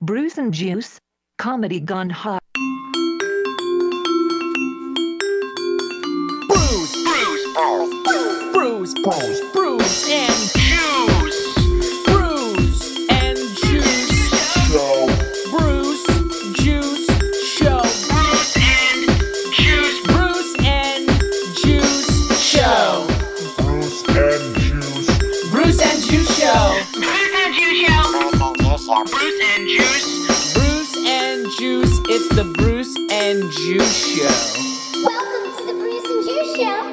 Bruce and Juice, comedy gone hot. Bruise, bruise, balls, Oh. bruise, balls, bruise and juice, bruise and juice, So bruise, juice, show, bruise and juice, bruise and juice show, Bruce and Juice, bruise and Bruce and Juice juice show, Show. Bruce and Juice. bruise and juice. It's the Bruce and Juice show. Welcome to the Bruce and Juice Show.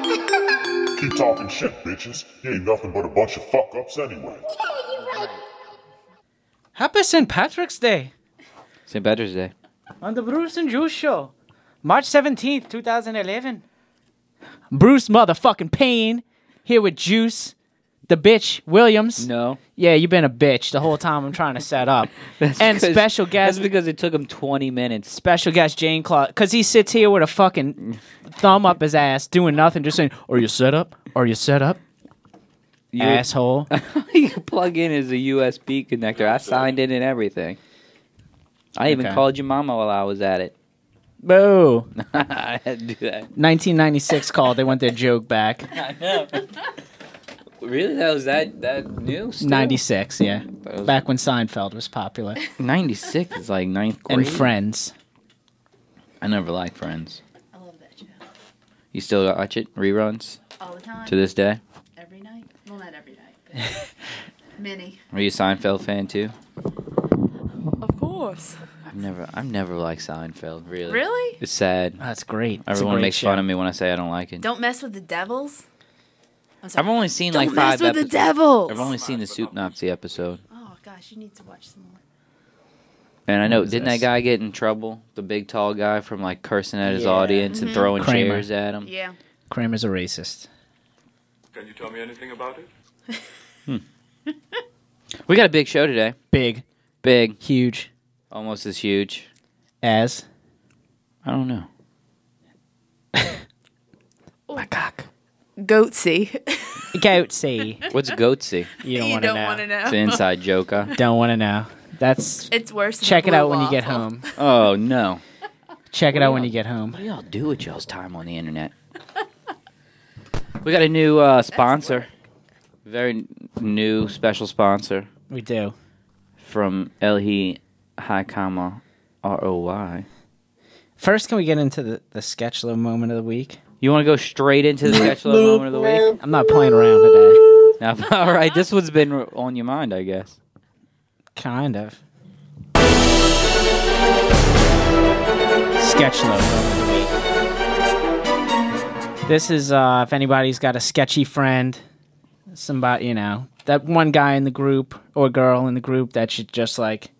keep talking shit, bitches. You ain't nothing but a bunch of fuck ups anyway. yeah, you're right. Happy St. Patrick's Day St. Patrick's Day. on the Bruce and Juice Show, March 17th, 2011. Bruce motherfucking Payne here with Juice, the bitch Williams. No. Yeah, you've been a bitch the whole time I'm trying to set up. and Because- special guest, That's because it took him 20 minutes. special guest Jane Claw, because he sits here with a fucking thumb up his ass doing nothing, just saying, Are you set up? Are you set up? You, Asshole. you plug in as a USB connector. I signed in and everything. I even Okay. called your mama while I was at it. Boo. I had to do that. 1996 call. They want their joke back. Really? That was that that new? still? 96, yeah. That was- Back when Seinfeld was popular. 96 is like ninth grade. and Friends. I never liked Friends. I love that show. You still watch it? Reruns? All the time. To this day? Every night. Well, not every night. But many. Are you a Seinfeld fan too? Of course. I've never I've never liked Seinfeld, really. Really? It's sad. That's great. It's a Everyone great makes show. fun of me when I say I don't like it. Don't mess with the devils. I'm sorry. I've only seen like Don't five mess with episodes. the devils. I've only seen the Soup Nazi episode. oh gosh, you need to watch some more. And I know, was didn't this? that guy get in trouble? The big tall guy from like cursing at his Yeah. audience and throwing Kramer. chairs at him. Mm-hmm. Yeah. Kramer's a racist. Can you tell me anything about it? We got a big show today. Big, Big, huge, almost as huge. as I don't know. my cock. Goatsy. Goatsy. What's goatsy? You don't you want to don't know. want to know. It's an inside joke. huh? Don't want to know. That's It's worse. Than check the it out blue when you get waffle. home. Oh no! Check it out when Yeah. you get home. What do y'all do with y'all's time on the internet? We got a new uh, sponsor. Very n- new special sponsor We do. from Elhi High Comma R O Y. First, can we get into the the sketchlo moment of the week? You want to go straight into the sketch love moment of the week? I'm not playing around today. Now, all right, this one's been on your mind, I guess. Kind of. Sketchlo. moment of the week. This is uh, if anybody's got a sketchy friend, somebody you know, that one guy in the group or girl in the group that should just like,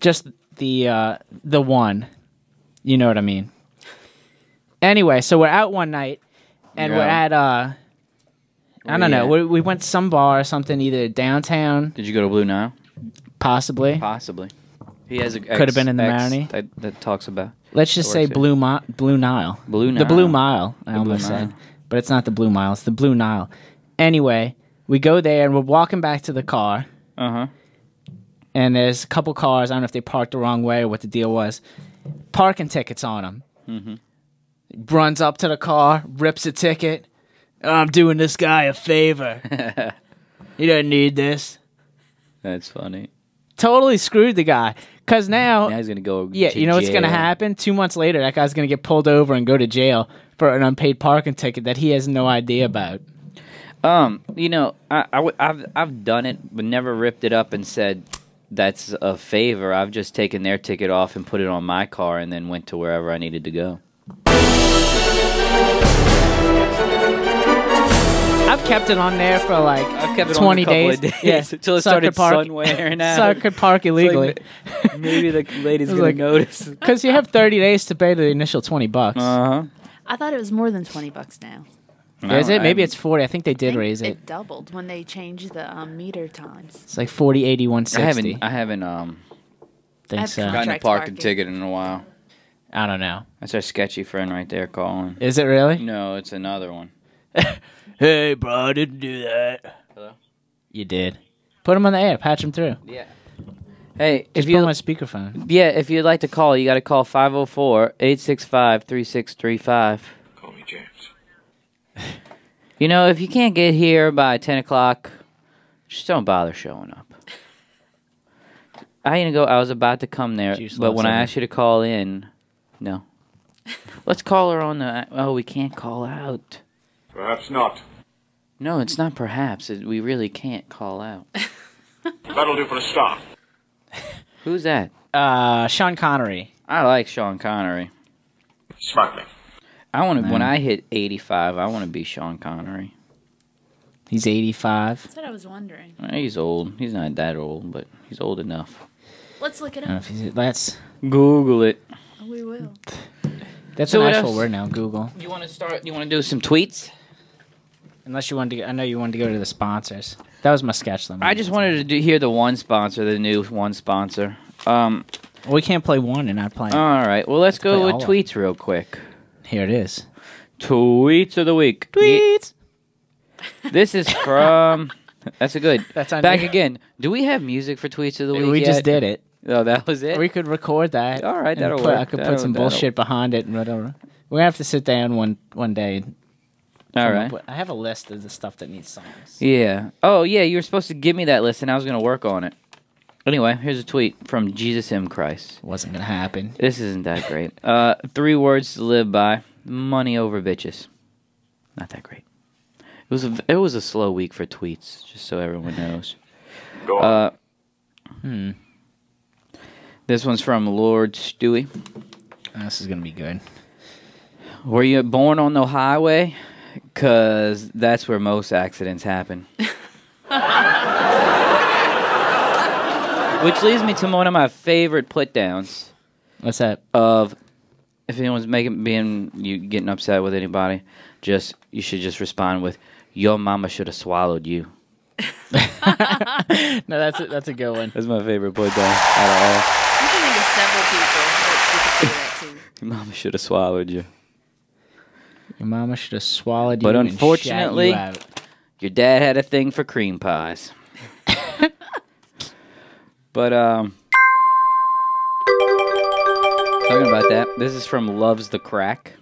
just the uh, the one, you know what I mean. Anyway, so we're out one night, and we're Yeah. at uh, I don't know, we, we went to some bar or something, either downtown Did you go to Blue Nile? possibly. Possibly. He has a could have been in the Marini. that, that talks about Let's just Or say is it- Blue Mi- Blue Nile. Blue The Nile. Blue Mile. I Blue almost Nile. said, but it's not the Blue Mile. It's the Blue Nile. Anyway, we go there and we're walking back to the car, uh huh. and there's a couple cars. I don't know if they parked the wrong way or what the deal was. Parking tickets on them. Mm-hmm. Runs up to the car, rips a ticket. I'm doing this guy a favor. he doesn't need this. That's funny. Totally screwed the guy. Cause now Now he's gonna go. Yeah, to you know what's going to jail. happen? Two months later, that guy's going to get pulled over and go to jail for an unpaid parking ticket that he has no idea about. Um, you know, I, I would- I've I've done it, but never ripped it up and said that's a favor. I've just taken their ticket off and put it on my car, and then went to wherever I needed to go. I've kept it on there for like I've kept it 20 on a couple days. of days Yeah. until it So I could started park- sun wearing out. So I could park illegally. It's like, maybe the lady's It's gonna like- notice. Because you have 30 days to pay the initial 20 bucks. Uh I thought it was more than twenty bucks now. huh. Is it? Maybe it's 40. I think they I did think raise it. It doubled when they changed the um, meter times. It's like 40, 80, 160. I haven't. I haven't. Um. think I've so. tried. gotten a Contract parking parking. ticket in a while. I don't know. That's our sketchy friend right there calling. Is it really? No, it's another one. Hey, bro, I didn't do that. Hello? You did. Put him on the air. Patch him through. Yeah. Hey, Just if you put my speakerphone. yeah, if you'd like to call, you got to call 504-865-3635. Call me James. You know, if you can't get here by ten o'clock, just don't bother showing up. I didn't go. I was about to come there, Juice but loves when I her. asked you to call in, no. Let's call her on the. Oh, we can't call out. Perhaps not. No, it's not. Perhaps it, we really can't call out. That'll do for a start. Who's that? Uh, Sean Connery. I like Sean Connery. Smartly. I want to. When I hit eighty-five, I want to be Sean Connery. He's 85. That's what I was wondering. Eh, He's old. He's not that old, but he's old enough. Let's look it I don't up. know if he's- That's Google it. We will. that's So an what actual else? word now. Google. You want to start? You want to do some tweets? Unless you wanted to, I know you wanted to go to the sponsors. That was my sketch limit. I just wanted to do, hear the one sponsor, the new one sponsor. Um, Well, we can't play one and not play. all right. Well, let's go play with all of tweets real quick. Here it is. Tweets of the week. Tweets. Ye- This is from. That's a good. That's on back you. again. Do we have music for tweets of the week? We just yet? did it. Oh, that was it. We could record that. All right, and that'll put- I work. could That'll- put some that'll- bullshit behind it and whatever. We have to sit down one one day. And all come right. up with- I have a list of the stuff that needs songs. Yeah. Oh, yeah. You were supposed to give me that list, and I was gonna work on it. Anyway, here's a tweet from Jesus M. Christ. Wasn't gonna happen. This isn't that great. Uh, three words to live by: money over bitches. Not that great. It was a, it was a slow week for tweets, just so everyone knows. Go on. Uh, hmm. This one's from Lord Stewie. Oh, This is gonna be good. Were you born on the highway? Cause that's where most accidents happen. Which leads me to one of my favorite put downs. What's that? of if anyone's making being you getting upset with anybody, just you should just respond with your mama should have swallowed you. No, that's a, that's a good one. That's my favorite put down out You can think of several people that you could say that to. of all. Your mama should have swallowed you. Your mama should have swallowed you. But and shat you unfortunately- out. Your dad had a thing for cream pies. but um talking about that, this is from Loves the Crack.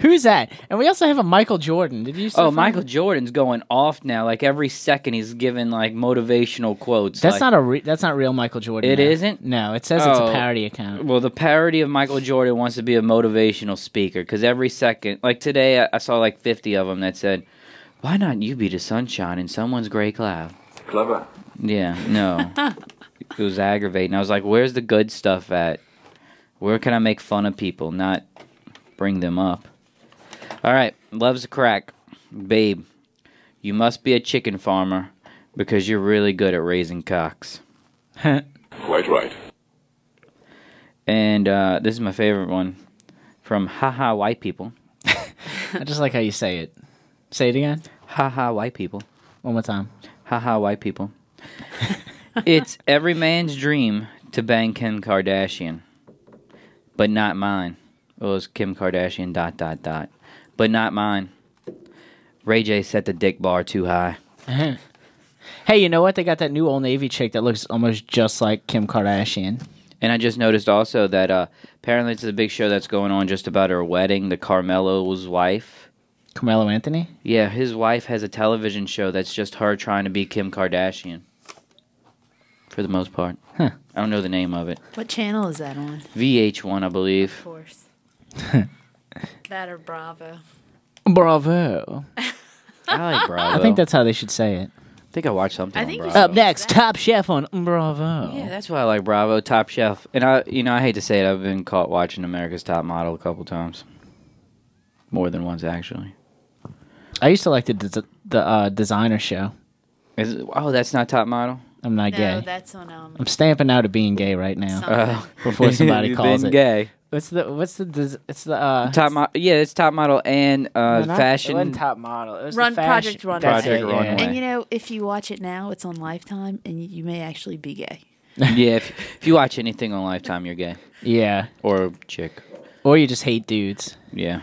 who's that? And we also have a Michael Jordan. Did you? see Oh, from- Michael Jordan's going off now. Like every second, he's giving like motivational quotes. That's like- not a re- that's not real Michael Jordan. It though. isn't? No, it says it's Oh. a parody account. Well, the parody of Michael Jordan wants to be a motivational speaker because every second, like today, I, I saw like 50 of them that said, Why not you be the sunshine in someone's gray cloud? Clever. Yeah, no. it was aggravating. I was like, Where's the good stuff at? Where can I make fun of people, not bring them up? All right, loves a crack. Babe, you must be a chicken farmer because you're really good at raising cocks. Quite right. And uh, this is my favorite one from Haha White People. I just like how you say it. Say it again. Haha White People. One more time. Haha White People. it's every man's dream to bang Kim Kardashian, but not mine. It was Kim Kardashian dot dot dot, but not mine. Ray J set the dick bar too high. Hey, you know what? They got that new Old Navy chick that looks almost just like Kim Kardashian. And I just noticed also that uh, apparently it's a big show that's going on just about her wedding, the Carmelo's wife. Carmelo Anthony. Yeah, his wife has a television show that's just her trying to be Kim Kardashian. For the most part. Huh. I don't know the name of it. What channel is that on? VH1, I believe. Of course. that or Bravo. Bravo. I like Bravo. I think that's how they should say it. I think I watched something. I on think you Bravo. Oh. should- Up next, Top Chef on Bravo. Yeah, that's why I like Bravo, Top Chef, and I, you know, I hate to say it, I've been caught watching America's Top Model a couple times, more than once actually. I used to like the des- the uh, designer show. Is it- oh, that's not Top Model. I'm not No, gay. that's on um. I'm stamping out of being gay right now. Something. before Uh, somebody You've calls been it. gay. What's the what's the des- it's the uh, Top model, yeah, it's Top Model and uh, No, not- fashion. It wasn't top model. It was Run- the fashion. Project Runway. That's Project it, yeah. Runway. and you know, if you watch it now, it's on Lifetime, and you may actually be gay. yeah, if, if you watch anything on Lifetime, you're gay Yeah. or a chick. Or you just hate dudes. Yeah.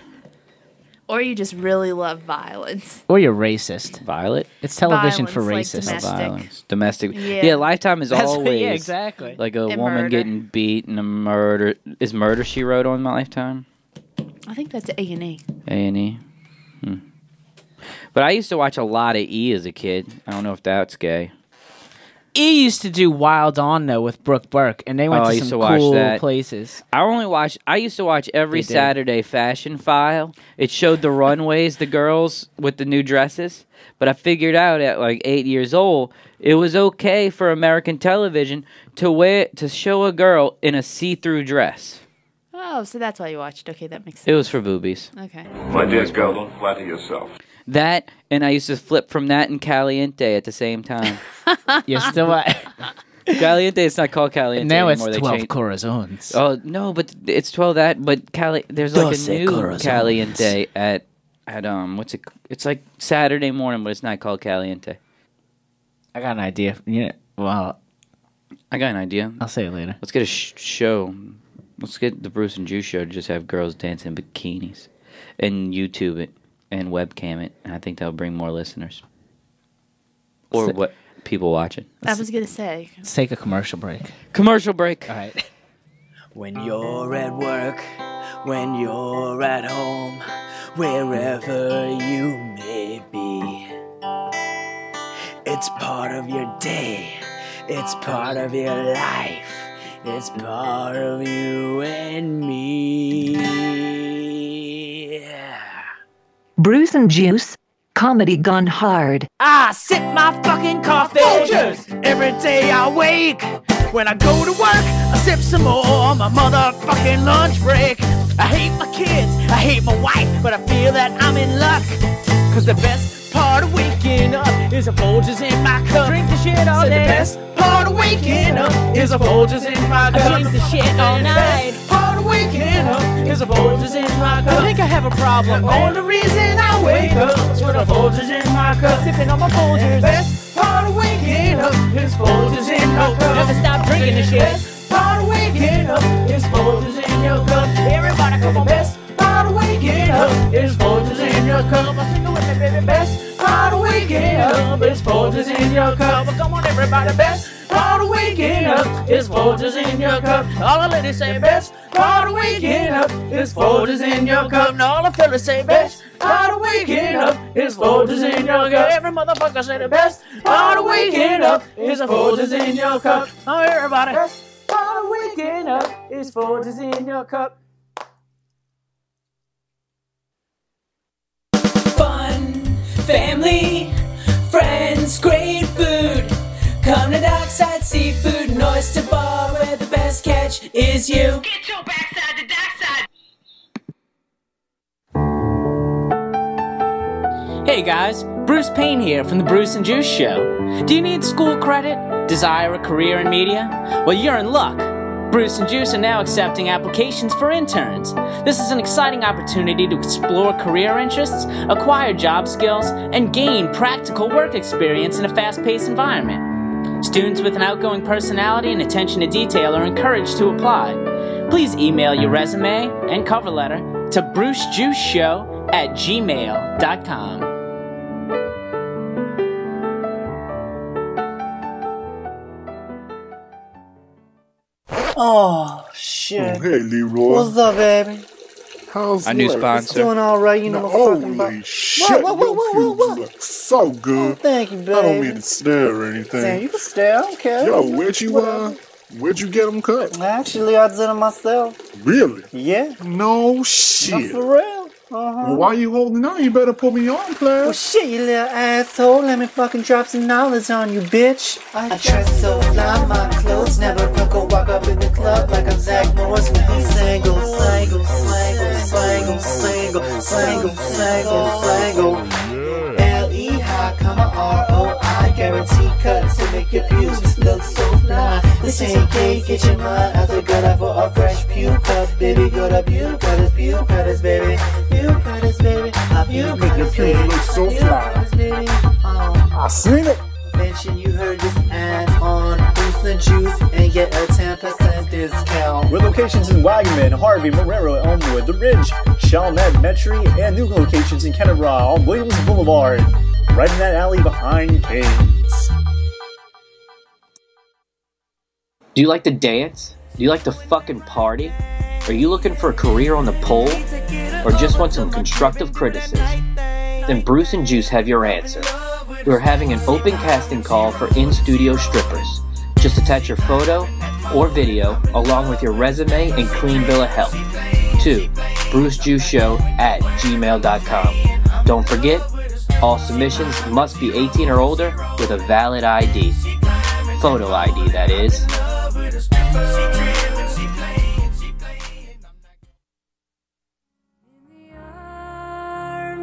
Or you just really love violence. Or you're racist. Violet? It's television Violence, for like racists. domestic- Violence. Domestic. Yeah. Yeah. Lifetime is That's- always yeah, exactly. like a And woman murder. getting beat and a murder. Is murder she wrote on my Lifetime? I think that's A and E. A and E. Hmm. But I used to watch a lot of E as a kid. I don't know if that's gay. E used to do Wild On though with Brooke Burke, and they went Oh, I to used some to watch cool that. places. I only watch. I used to watch every They did. Saturday Fashion File. It showed the runways, the girls with the new dresses. But I figured out at like eight years old, it was okay for American television to wear to show a girl in a see-through dress. Oh, so that's why you watched. Okay, that makes It sense. was for boobies. Okay. My dear girl, don't flatter yourself. That and I used to flip from that and Caliente at the same time. You're still at, Caliente, it's not called Caliente now it's anymore. they twelve changed- corazones. Oh no, but th- it's twelve that. But Cali, there's like Doce a new corazones. Caliente at at um what's it? c- It's like Saturday morning, but it's not called Caliente. I got an idea. Yeah, well, I got an idea. I'll say it later. Let's get a sh- show. Let's get the Bruce and Juice show to just have girls dance in bikinis, and YouTube it and webcam it, and I think that'll bring more listeners or So- what people watching. I was gonna say. Let's take a commercial break. Commercial break. All right. When you're at work, when you're at home, wherever you may be. It's part of your day, it's part of your life, it's part of you and me. Bruce and Juice, comedy gone hard. I sip my fucking coffee every day I wake. When I go to work, I sip some more on my motherfucking lunch break. I hate my kids, I hate my wife, but I feel that I'm in luck. Cause the best part of waking up is a Folgers in my cup. Drink the shit all day. The best part of waking up is a Folgers in my cup. Drink the shit all night. Part of waking up is a Folgers in my cup. I think I have a problem. The only reason I wake up is when a Folgers in my cup. Sipping on my Folgers. Best part of waking up is Folgers in my cup. Never stop drinking this shit. Best part of waking up is Folgers in your cup. Everybody come on. Best part of waking up is Folgers in your cup. I sing it with me, baby. Best part of waking up is Folgers in your cup. Come on, everybody. Best part of waking up is Folgers in your cup. All the ladies say best part of waking up is Folgers in your cup. And all the fellas say best part of waking up is Folgers in your cup. Every motherfucker say the best part of waking up is Folgers in your cup. Oh, everybody. Best part of waking up is Folgers in your cup. Fun, family, friends, great food. Come to Dockside Seafood and Oyster Bar where the best catch is you. Get your backside to dockside. Hey guys, Bruce Payne here from the Bruce and Juice Show. Do you need school credit? Desire a career in media? Well, you're in luck. Bruce and Juice are now accepting applications for interns. This is an exciting opportunity to explore career interests, acquire job skills, and gain practical work experience in a fast paced environment. Students with an outgoing personality and attention to detail are encouraged to apply. Please email your resume and cover letter to brucejuiceshow at gmail.com. Oh shit. Hey, Leroy. What's up, baby? How's Our new work? It's sponsor. doing all right, you know. fucking bu- Holy shit, Whoa, whoa, whoa, whoa, your whoa, pubes whoa. look so Oh, good. thank you, baby. I don't mean to stare or Damn, anything. you can stare. I don't care. Yo, where'd you, uh, Whatever. where'd you get them cut? Actually, I did it myself. Really? Yeah, No not shit. for real. Uh huh. Well, why you holding on? You better put me on, player. Well, shit, you little asshole. Let me fucking drop some knowledge on you, bitch. I dress so fly, my clothes never wrinkle. Walk up in the club like I'm Zach Morris when he's single, single, single, single, single, single, single, single. L-E high, comma R-O-I Guarantee cuts to make your pubes look so fly This ain't gay, get your mind out the gutter for a fresh pupa Baby, go to pupatus, pupatus, baby Pupatus, baby, uh, Make your pupatus, pubes baby look so fly. Pupatus, baby, um I seen it. Mention you heard this ad on Boost and Juice and get a 10% discount Well, okay, locations in Wagaman, Harvey, Marrero, Elmwood, The Ridge, Chalmette, Metry, and new locations in Kennebraw on Williams Boulevard, right in that alley behind Kane's. Do you like to dance? Do you like to fucking party? Are you looking for a career on the pole? Or just want some constructive criticism? Then Bruce and Juice have your answer. We're having an open casting call for in studio strippers. Just attach your photo or video along with your resume and clean bill of health to brucejuiceshow at gmail.com. Don't forget, all submissions must be 18 or older with a valid ID. Photo ID, that is.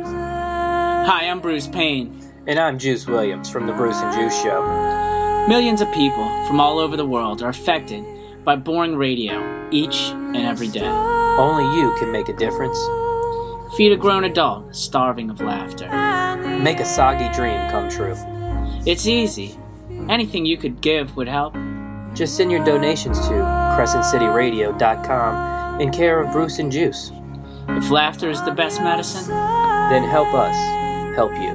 Hi, I'm Bruce Payne. And I'm Juice Williams from The Bruce and Juice Show. Millions of people from all over the world are affected by boring radio each and every day. Only you can make a difference. Feed a grown adult starving of laughter. Make a soggy dream come true. It's easy. Anything you could give would help. Just send your donations to crescentcityradio.com in care of Bruce and Juice. If laughter is the best medicine, then help us help you.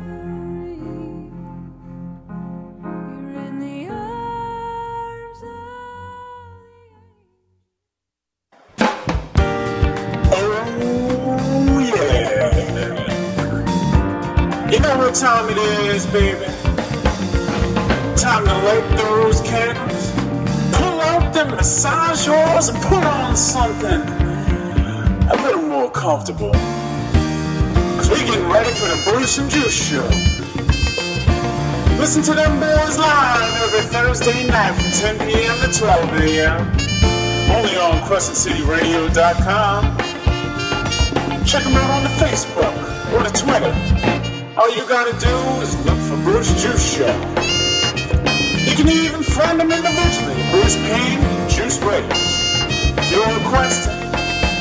You know what time it is, baby. Time to light those candles, pull out them massage oils, and put on something a little more comfortable. Cause we getting ready for the Bruce and Juice Show. Listen to them boys live every Thursday night from 10 p.m. to 12 a.m. Only on CrescentCityRadio.com. Check them out on the Facebook or the Twitter. All you gotta do is look for Bruce Juice Show. You can even find them individually. Bruce Payne, Juice Williams. Your request,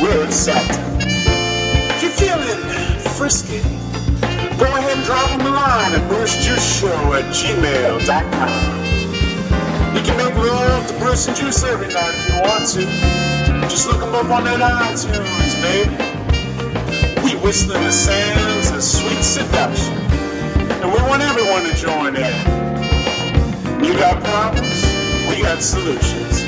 we'll accept. If you're feeling frisky, go ahead and drop them a line at BruceJuiceShow at gmail.com. You can make love to Bruce and Juice every night if you want to. Just look them up on that iTunes, baby. We whistling the sands of sweet seduction. And we want everyone to join in. You got problems, we got solutions.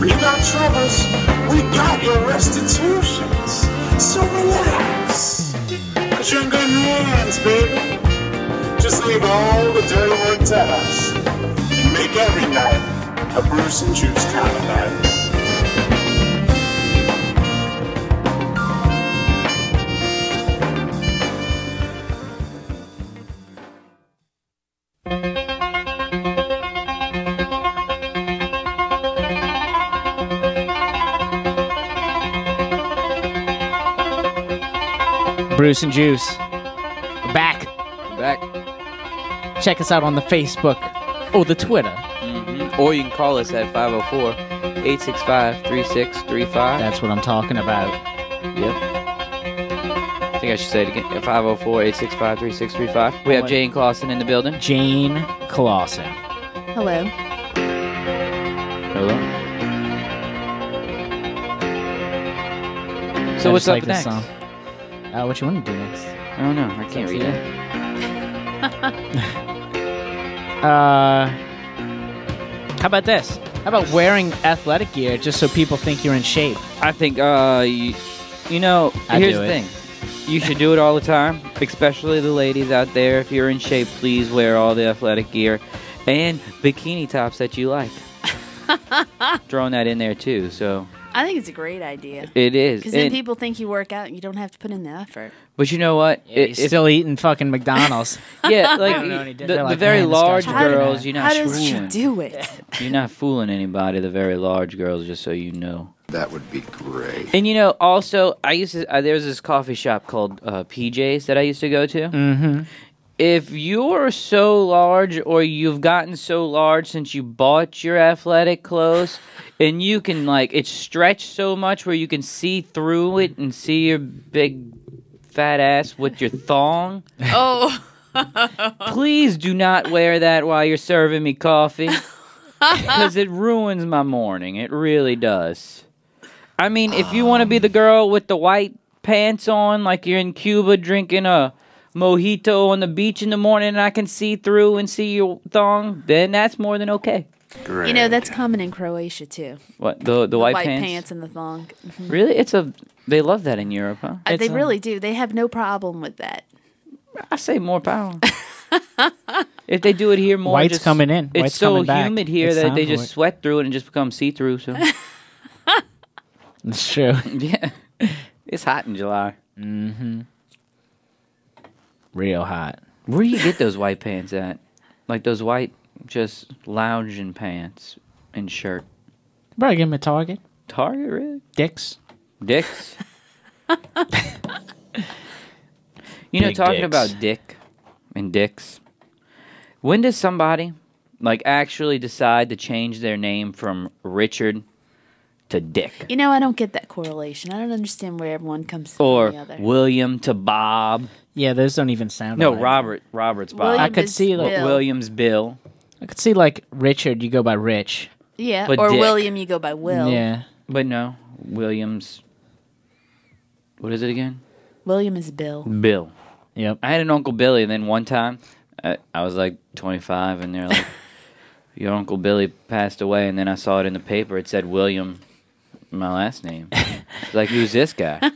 You got troubles, we got your restitutions. So relax. Cause you're in good hands, baby. Just leave all the dirty work to us. And make every night a Bruce and Juice kind of night. Bruce and Juice. We're back. back. Check us out on the Facebook or the Twitter. Mm-hmm. Or you can call us at 504 865 3635. That's what I'm talking about. Yep. I think I should say it again 504 865 3635. We have Jane Clausen in the building. Jane Clausen. Hello. Hello. I So what's just up like next? this song. Uh, what you want to do next? I don't know. I can't read it. Uh, how about this? How about wearing athletic gear just so people think you're in shape? I think, uh, you, you know, I here's do the it. thing. You should do it all the time, especially the ladies out there. If you're in shape, please wear all the athletic gear and bikini tops that you like. Throwing that in there too. So I think it's a great idea. it is. Because then And- people think you work out and you don't have to put in the effort. but you know what? Yeah, you're still eating fucking McDonald's. yeah, They like don't know any the, different. They're the like, very "Man, this large guy's really girls, bad." you're How not does she fooling. do it? You're not fooling anybody. The very large girls, just so you know. That would be great. And you know, also, I used to. Uh, there was this coffee shop called uh, PJ's that I used to go to. Mm-hmm. If you're so large, or you've gotten so large since you bought your athletic clothes, and you can like it's stretched so much where you can see through it and see your big fat ass with your thong. Oh. Please do not wear that while you're serving me coffee because it ruins my morning. It really does. I mean, if you want to be the girl with the white pants on, like you're in Cuba drinking a mojito on the beach in the morning, and I can see through and see your thong, then that's more than okay. Great. You know, that's common in Croatia too. what the the, white, pants? and the thong. Mhm. Really, it's a they love that in Europe, huh? Uh, they really do. They have no problem with that. I say more power. if they do it here more, White's just- coming in. It's White's so coming back. humid here It's that time they for just it. sweat through it and just becomes see through. So It's true. yeah, it's hot in July. Mm-hmm. Mm, Real hot. Where do you get those white pants at? Like those white, just lounging pants and shirt. Probably give him a target. Target, really? Dicks. Dicks. you know, Big talking dicks. about dick and dicks. When does somebody like actually decide to change their name from Richard to Dick You know, I don't get that correlation. I don't understand where everyone comes from or the other. William to Bob? Yeah, those don't even sound. No, alike. Robert. Robert's Bob. William I could is see, like, Bill. William's Bill. I could see like Richard. You go by Rich. Yeah, but or Dick. William, you go by Will. Yeah. But no, Williams. What is it again? William is Bill. Bill. Yep. I had an Uncle Billy, and then one time, I, I was like 25, and they're like, "Your Uncle Billy passed away," and then I saw it in the paper. It said William, my last name. It's like, who's this guy?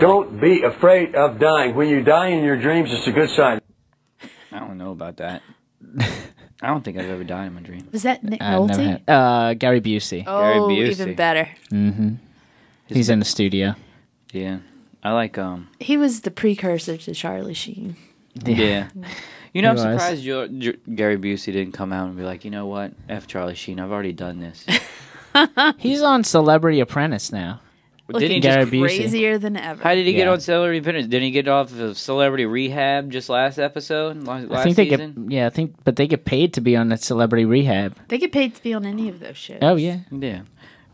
Don't be afraid of dying. When you die in your dreams, it's a good sign. I don't know about that. I don't think I've ever died in my dream. Was that Nick I've never Nolte? had- uh, Gary Busey. oh, Busey. even better. Mm-hmm. He's in the studio. Yeah, I like um. He was the precursor to Charlie Sheen. Yeah. You know, I'm He was. surprised your, your, Gary Busey didn't come out and be like, you know what, F Charlie Sheen, I've already done this. He's on Celebrity Apprentice now. Looking Gary Busey? crazier than ever. How did he get Yeah. on Celebrity Apprentice? Didn't he get off of Celebrity Rehab just last episode? la- Last, I think they season? get yeah. I think but they get paid to be on the Celebrity Rehab. They get paid to be on any of those shows. Oh yeah. Yeah.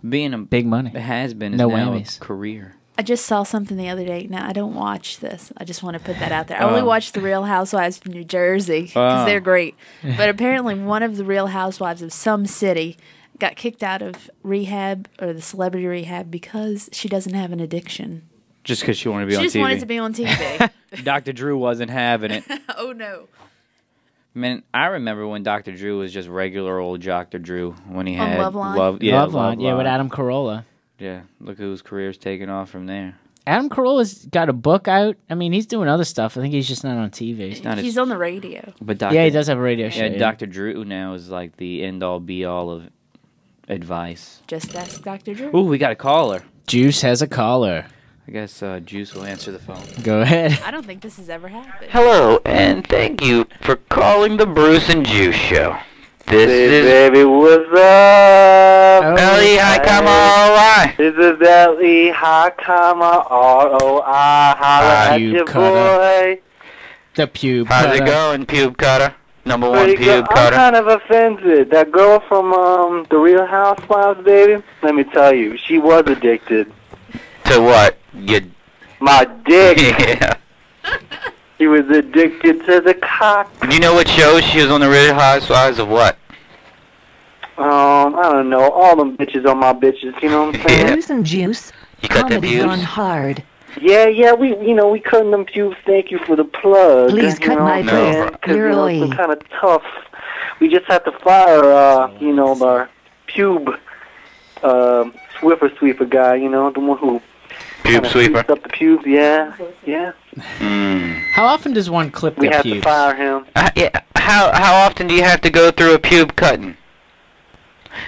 Being a big money has been is No now whammies. a career. I just saw something the other day. Now I don't watch this. I just want to put that out there. I only Oh. watch the Real Housewives from New Jersey because Oh. they're great. But apparently, one of the Real Housewives of some city got kicked out of rehab or the celebrity rehab because she doesn't have an addiction. Just because she wanted to be She on just TV. wanted to be on TV. Dr. Drew wasn't having it. oh no! Man, I remember when Dr. Drew was just regular old Dr. Drew when he On had Love Line? yeah, Love Line, yeah, with Adam Carolla. Yeah, look whose career's taken off from there. Adam Carolla's got a book out. I mean, he's doing other stuff. I think he's just not on TV. He's not as- He's on the radio. But Yeah, Dr. he does have a radio show, Yeah, yeah. Dr. Drew now is like the end all be all of advice. Just ask Dr. Drew. Ooh, we got a caller. Juice has a caller. I guess uh, Juice will answer the phone. Go ahead. I don't think this has ever happened. Hello, and thank you for calling the Bruce and Juice Show. This is baby, what's uh, Oh, up? Ellie Hakama This is Ellie Hakama R O I. Holla Ah, at you your cutter. boy. The pube. How's it cutter. going, pube cutter? Number one Pretty good. pube I'm cutter. kind of offended. That girl from um, the Real Housewives, baby. Let me tell you, she was addicted. To what? You My dick. yeah. She was addicted to the cock. Do you know what show she was on the Real Housewives of what? Um, I don't know. All them bitches on my bitches. You know what I'm saying? Bruce and Juice, You got the comedy views? gone hard. Yeah, yeah, we, you know, we cutting them pubes. Thank you for the plug. Please you cut know, my yeah, plug. 'cause, you know, Clearly. it's kind of tough. We just have to fire, uh, you know, our pube uh, swiffer sweeper guy. You know, the one who pube sweeper up the pubes. Yeah, yeah. Mm. How often does one clip We their have to pubes? fire him. Uh, yeah. How how often do you have to go through a pube cutting?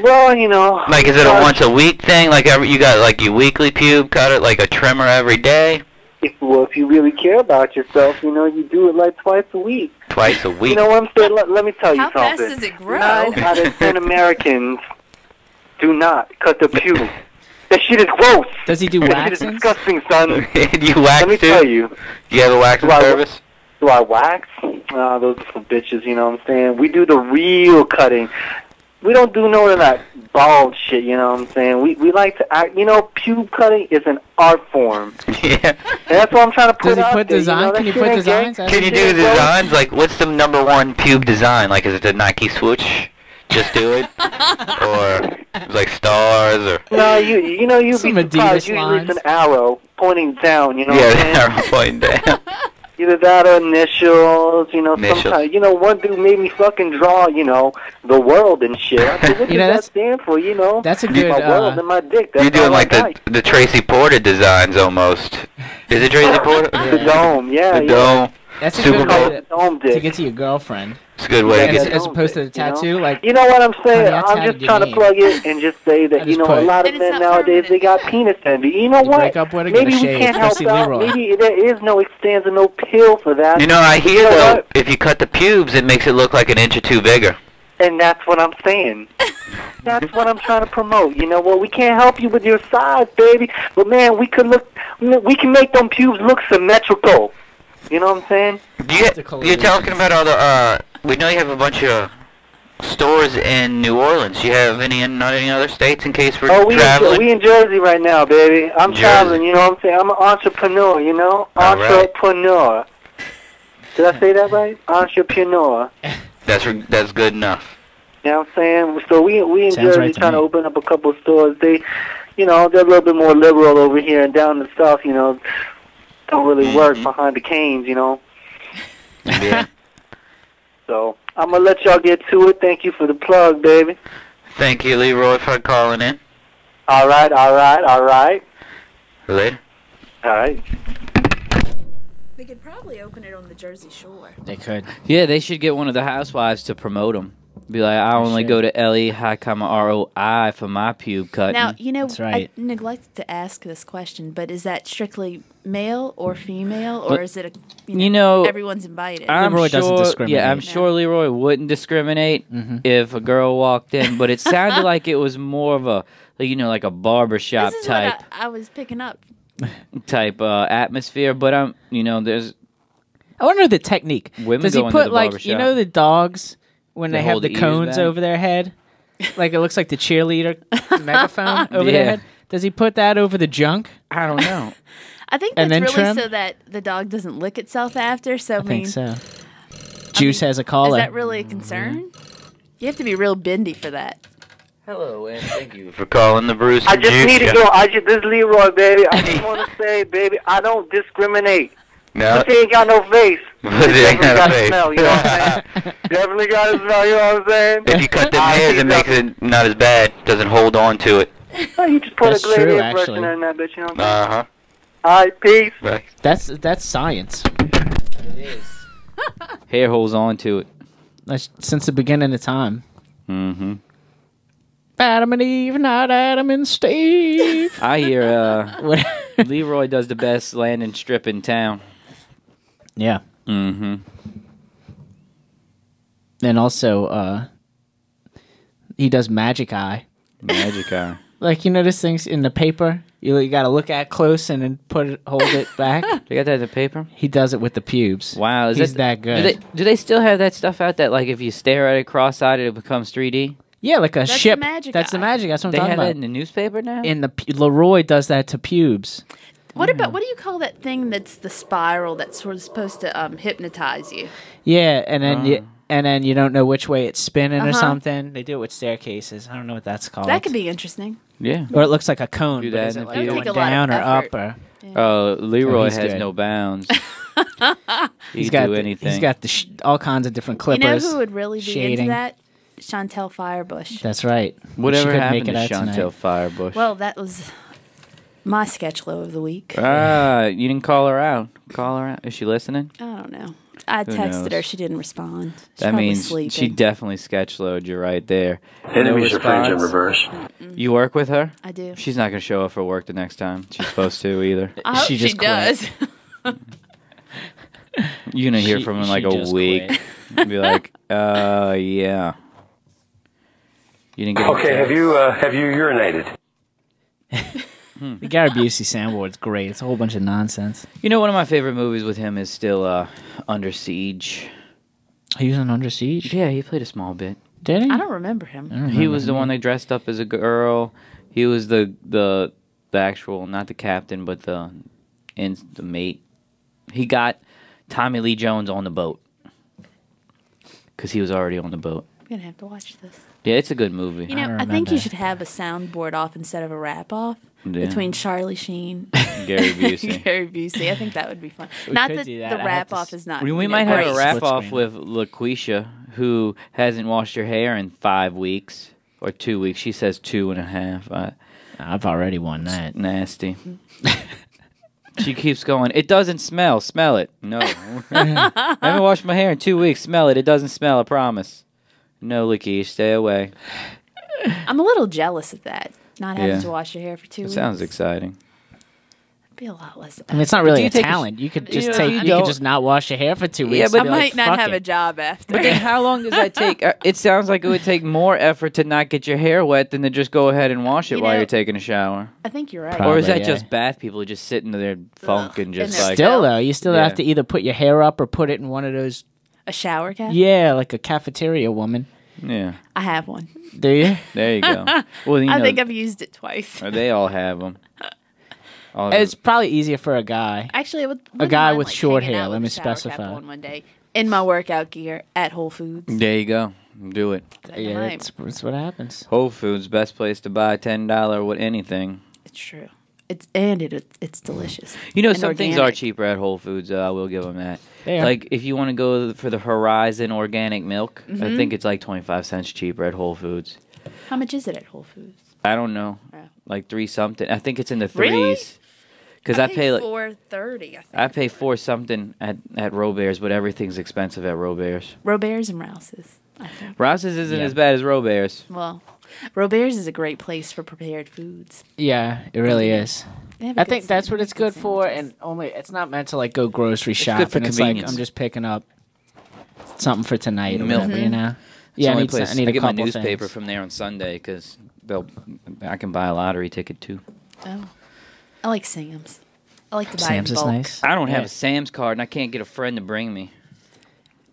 Well, you know, Like, is it a uh, once a week thing? Like, every, you got like your weekly pube cut it, like a trimmer every day, If, well, if you really care about yourself, you know, you do it like twice a week. twice a week. You know what I'm saying? Let, let me tell you How fast something. does it grow? Nine out of ten Americans do not cut their pubes. That shit is gross. Does he do that shit is waxes? disgusting, son. Do you wax Let me too? tell you. Do you have a waxing Do I- service? Do I wax? Ah, those little bitches, you know what I'm saying? We do the real cutting. We don't do none of that bald shit, you know what I'm saying? We we like to act, you know, pube cutting is an art form. yeah. And that's what I'm trying to put Does he out put there, You design? know, that Can you shit put ain't gay. designs? Can you do designs? Like, what's the number one pube design? Like, is it the Nike swoosh? Just do it, or like stars, or No, you you know you'd be surprised. Usually it's an arrow pointing down. You know what I'm saying? yeah, I'm pointing down. Either that or initials, you know, Initials. sometimes, you know, one dude made me fucking draw, you know, the world and shit. I said, what You does know, that stand for, you know? That's a My good, world uh, and my dick. That's You're doing all I like the got. the Tracy Porter designs almost. Is it Tracy Porter? The dome, yeah, The yeah. dome. That's a Super good Bowl. way to, to get to your girlfriend. It's a good way to as, get as opposed to the tattoo, like You know what I'm saying? Honey, I I'm tagged just your trying to name. plug it and just say that you know a put- lot of men nowadays they got penis envy. You know what? break up with her, get Maybe a we shave, can't help Chrissy out. Leroy. Maybe there is no Xtans no pill for that. You know, I hear know though, what? if you cut the pubes, it makes it look like an inch or two bigger. And that's what I'm saying. that's what I'm trying to promote. You know what? we can't help you with your size, baby, but man, we could look. We can make them pubes look symmetrical. You know what I'm saying? You, you're talking about all the. Uh, we know you have a bunch of stores in New Orleans. You have any in not any other states in case we're Oh, we in, traveling? we in Jersey right now, baby. I'm Jersey. traveling. You know what I'm saying? I'm an entrepreneur. You know, All right. entrepreneur. Did I say that right? Entrepreneur. You that's re- that's good enough. know what I'm saying? So we we in Sounds Jersey right to trying to me. open up a couple stores. They, you know, they're a little bit more liberal over here and down in the south. You know, don't really work behind the canes. You know. Mm-hmm. Yeah. So I'm gonna let y'all get to it. Thank you for the plug, baby. Thank you, Leroy, for calling in. All right, all right, all right, Later. all right. They could probably open it on the Jersey Shore. They could. Yeah, they should get one of the housewives to promote them. Be like, I only go to L.E. High comma R.O.I. for my pube cutting. Now, you know, I neglected to ask this question, but is that strictly male or female, or But- is it a, you know, everyone's invited? I'm Leroy sure, doesn't discriminate. Mm-hmm. Yeah, I'm sure Leroy wouldn't discriminate if a girl walked in, but it sounded like it was more of a, like, you know, like a barbershop This is type what I, I was picking up. type uh, atmosphere. But I'm, you know, there's I wonder the technique. Women Does go he into put the like barber you shop. know the dogs when They they, have hold the, the ears cones back? over their head, like it looks like the cheerleader megaphone over Yeah. their head. Does he put that over the junk? I don't know. I think that's And then really trim? so that the dog doesn't lick itself after. So I, I mean, think so. Juice has a collar. is that really a concern? You have to be real bendy for that. Hello, and thank you. For calling the Bruce I and just Juice need to Show. go. I just this Leroy, baby. I just want to say, baby, I don't discriminate. No, But he ain't got no face. but it ain't Got got a a face. smell, you know what I'm saying? Definitely got a smell, you know what I'm saying? If you cut the hairs, it makes it not as bad. Doesn't hold on to it. Oh, you just put That's a great true, impression actually. in that bitch, you know what I'm saying? Uh-huh. Uh All right, peace. huh. Right. That's that's science. Hair holds on to it. That's since the beginning of time. Mm-hmm. Adam and Eve, not Adam and Steve. I hear uh, Leroy does the best landing strip in town. yeah, Mm-hmm. and also uh, he does magic eye. Magic eye. Like you notice things in the paper, you, you got to look at close and then put it, hold it back. They got that in the paper? He does it with the pubes. Wow, is he's that, that, good? Do they, do they still have that stuff out that like if you stare at it cross-eyed, it becomes 3D? yeah, like a That's the ship. magic That's the eye. magic. That's what I'm They talking have about. that in the newspaper now. in the pu- Leroy does that to pubes. What Mm. about what do you call that thing that's the spiral that's sort of supposed to um, hypnotize you? Yeah, and then Oh. you and then you don't know which way it's spinning Uh-huh. or something. They do it with staircases. I don't know what that's Oh, called. That could be interesting. yeah. or it looks like a cone. Do but that is in it a like few. going That'd take a lot of down or up effort. or Oh, Uh, Leroy he's has good. no bounds. he he's can got do the- anything. he's got the sh- all kinds of different You know clippers. who would really be shading. into that? Chantel Firebush. That's right. Whatever she could happened make it to out Chantel tonight. Firebush? Well, that was my sketch low of the week. ah, you didn't call her out. Call her out. Is she listening? I don't know. I Who texted her. knows? She didn't respond. Oh, She's that probably means sleeping. she definitely sketch load you right there. Enemies are friends in response? reverse. You work with her? I do. She's not gonna show up for work the next time. She's supposed to either. I hope She she, just quit. does. You're gonna hear She- from her in like she a just week. be like, uh, yeah. You didn't get my Okay, have text? you uh, have you urinated? Hmm. The Gary Busey soundboard's great. It's a whole bunch of nonsense. You know, one of my favorite movies with him is still uh, Under Siege. He was on Under Siege. Yeah, he played a small bit. Did he? I don't remember him. He was the one that dressed up as a girl. He was the the the actual not the captain, but the and the mate. He got Tommy Lee Jones on the boat because he was already on the boat. We're gonna have to watch this. Yeah, it's a good movie. You know, I, think you should have a soundboard off instead of a wrap off Yeah. between Charlie Sheen, Gary Busey. Gary Busey. I think that would be fun. We not could that, do that. the I have wrap to off s- is not. we, we you know, might have great. a wrap off with LaQuisha, who hasn't washed her hair in five weeks or two weeks. She says two and a half. I, I've already won that. Nasty. she keeps going. It doesn't smell. Smell it. No. I haven't washed my hair in two weeks. Smell it. It doesn't smell. I promise. No, LaQuisha, stay away. I'm a little jealous of that. Not having Yeah. to wash your hair for two It weeks. sounds exciting. It'd be a lot less. I mean, it's not But do really you a take a sh- talent. you could Yeah, just but take. you You, don't- could just not wash your hair for two Yeah, weeks. but and I might be like, not "Fuck have it." a job after. But then how long does that take? Uh, It sounds like it would take more effort to not get your hair wet than to just go ahead and wash it You while know- you're taking a shower. I think you're right. or is that Probably, yeah. just bath people who just sit into their funk and just their like Still though, you still Yeah. have to either put your hair up or put it in one of those. a shower cap? Yeah, like a cafeteria woman. Yeah. I have one. Do you? There you go. Well, you I know, think I've used it twice. they all have them. All It's probably easier for a guy. Actually, I would A wouldn't guy mind, with like, short hanging hair, out let with me a shower cap specify. on one day in my workout gear at Whole Foods. There you go. Do it. Yeah, Right. it's- what happens. Whole Foods, best place to buy ten dollar with anything. It's true. It's and it it's delicious. You know, And some things are organic. cheaper at Whole Foods. Uh, I will give them that. They are. Like if you want to go for the Horizon organic milk, I Mhm. think it's like twenty five cents cheaper at Whole Foods. How much is it at Whole Foods? I don't know, Yeah. like three something. I think it's in the Really? threes. Because I, pay like four thirty. I think. I pay four something at at Robert's, but everything's expensive at Robert's. Robert's and Rouse's. I think. Rouse's isn't Yeah. as bad as Robert's. Well, Robert's is a great place for prepared foods. Yeah, it really is. They have a I good think that's what it's good for, and only it's not meant to like go grocery It's good shopping. for it's like, convenience. I'm just picking up something for tonight. or Milk. Mm-hmm. whatever, you Mhm. know. It's Yeah, the I only need, some- place- I need I a get my couple newspaper things. from there on Sunday because they'll I can buy a lottery ticket too. Oh, I like Sam's. I like to buy Sam's in is bulk. nice. I don't have Yeah. a Sam's card and I can't get a friend to bring me.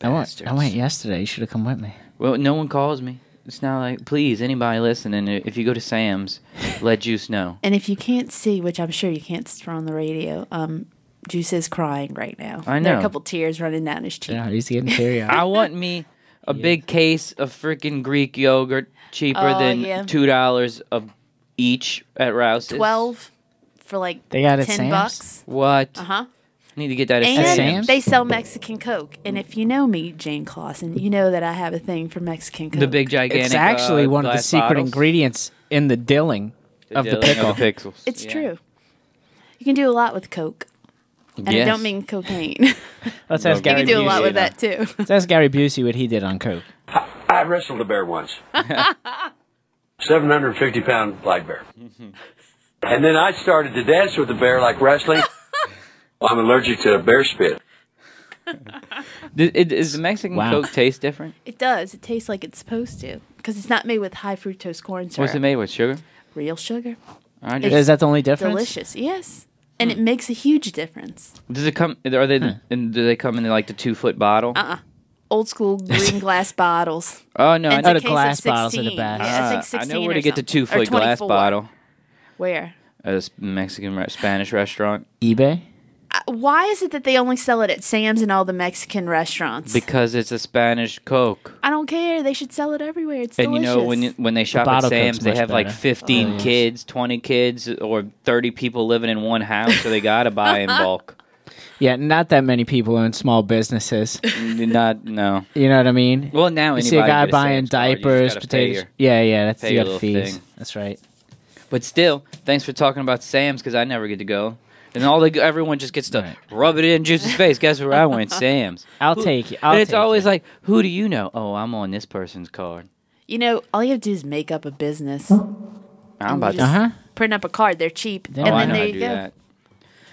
I went, I went yesterday. You should have come with me. Well, no one calls me. It's not like please anybody listening. If you go to Sam's, let Juice know. And if you can't see, which I'm sure you can't see on the radio, um, Juice is crying right now. I There are know. a couple tears running down his cheek. Yeah, he's getting teary I want me a big case of freaking Greek yogurt, cheaper Oh, than yeah. two dollars a each at Rouse's. Twelve for like They got it at ten Sam's? bucks. What? Uh huh. Need to get that at and Sam's. they sell Mexican Coke. And if you know me, Jane Clausen, you know that I have a thing for Mexican Coke. The big gigantic. It's actually uh, one of the glass secret bottles. ingredients in the dilling of the dilling pickle. of the pixels. It's Yeah. true. You can do a lot with Coke. And I Yes. don't mean cocaine. Let's ask you Gary. can do a lot Busey. with that too. Let's ask Gary Busey what he did on coke. I wrestled a bear once. 750 pound black bear. And then I started to dance with the bear like wrestling. I'm allergic to bear spit. Th- it- Is the Mexican Wow. Coke taste different? It does. It tastes like it's supposed to because it's not made with high fructose corn syrup. What's it made with? Sugar? Real sugar. I Hmm. It's just- Is that the only difference? Delicious, yes. And it makes a huge difference. Does it come? Are they? And do they come in like the two foot bottle? Uh uh Old school green glass bottles. Oh And no! I it's a know case of glass bottles are the 16. best. Yeah, it's Ah, like I 16 know where or to get the something. two Or foot glass 24. bottle Where? at a s- Mexican re- Spanish restaurant. eBay. Uh, Why is it that they only sell it at Sam's and all the Mexican restaurants? Because it's a Spanish Coke. I don't care. They should sell it everywhere. It's And you delicious. know when you, when they shop at bottle Coke's Sam's, they much have like better. 15 Oh, yes. kids, 20 kids, or 30 people living in one house, so they gotta buy in bulk. Yeah, not that many people own small businesses. Not no. You know what I mean? Well, now you see a anybody guy can get a buying Sam's card, you just gotta diapers, pay potatoes. your- yeah, yeah, that's pay you your got little fees. thing. That's right. But still, thanks for talking about Sam's because I never get to go. And all the everyone just gets to rub it in Juice's face. Guess where I went? Sam's. I'll Who- take you. I'll and it's take always like, who do you know? Oh, I'm on this person's card. You know, all you have to do is make up a business. I'm And about you to. just Print up a card. They're cheap. Oh, and I then know how there to you do go. that.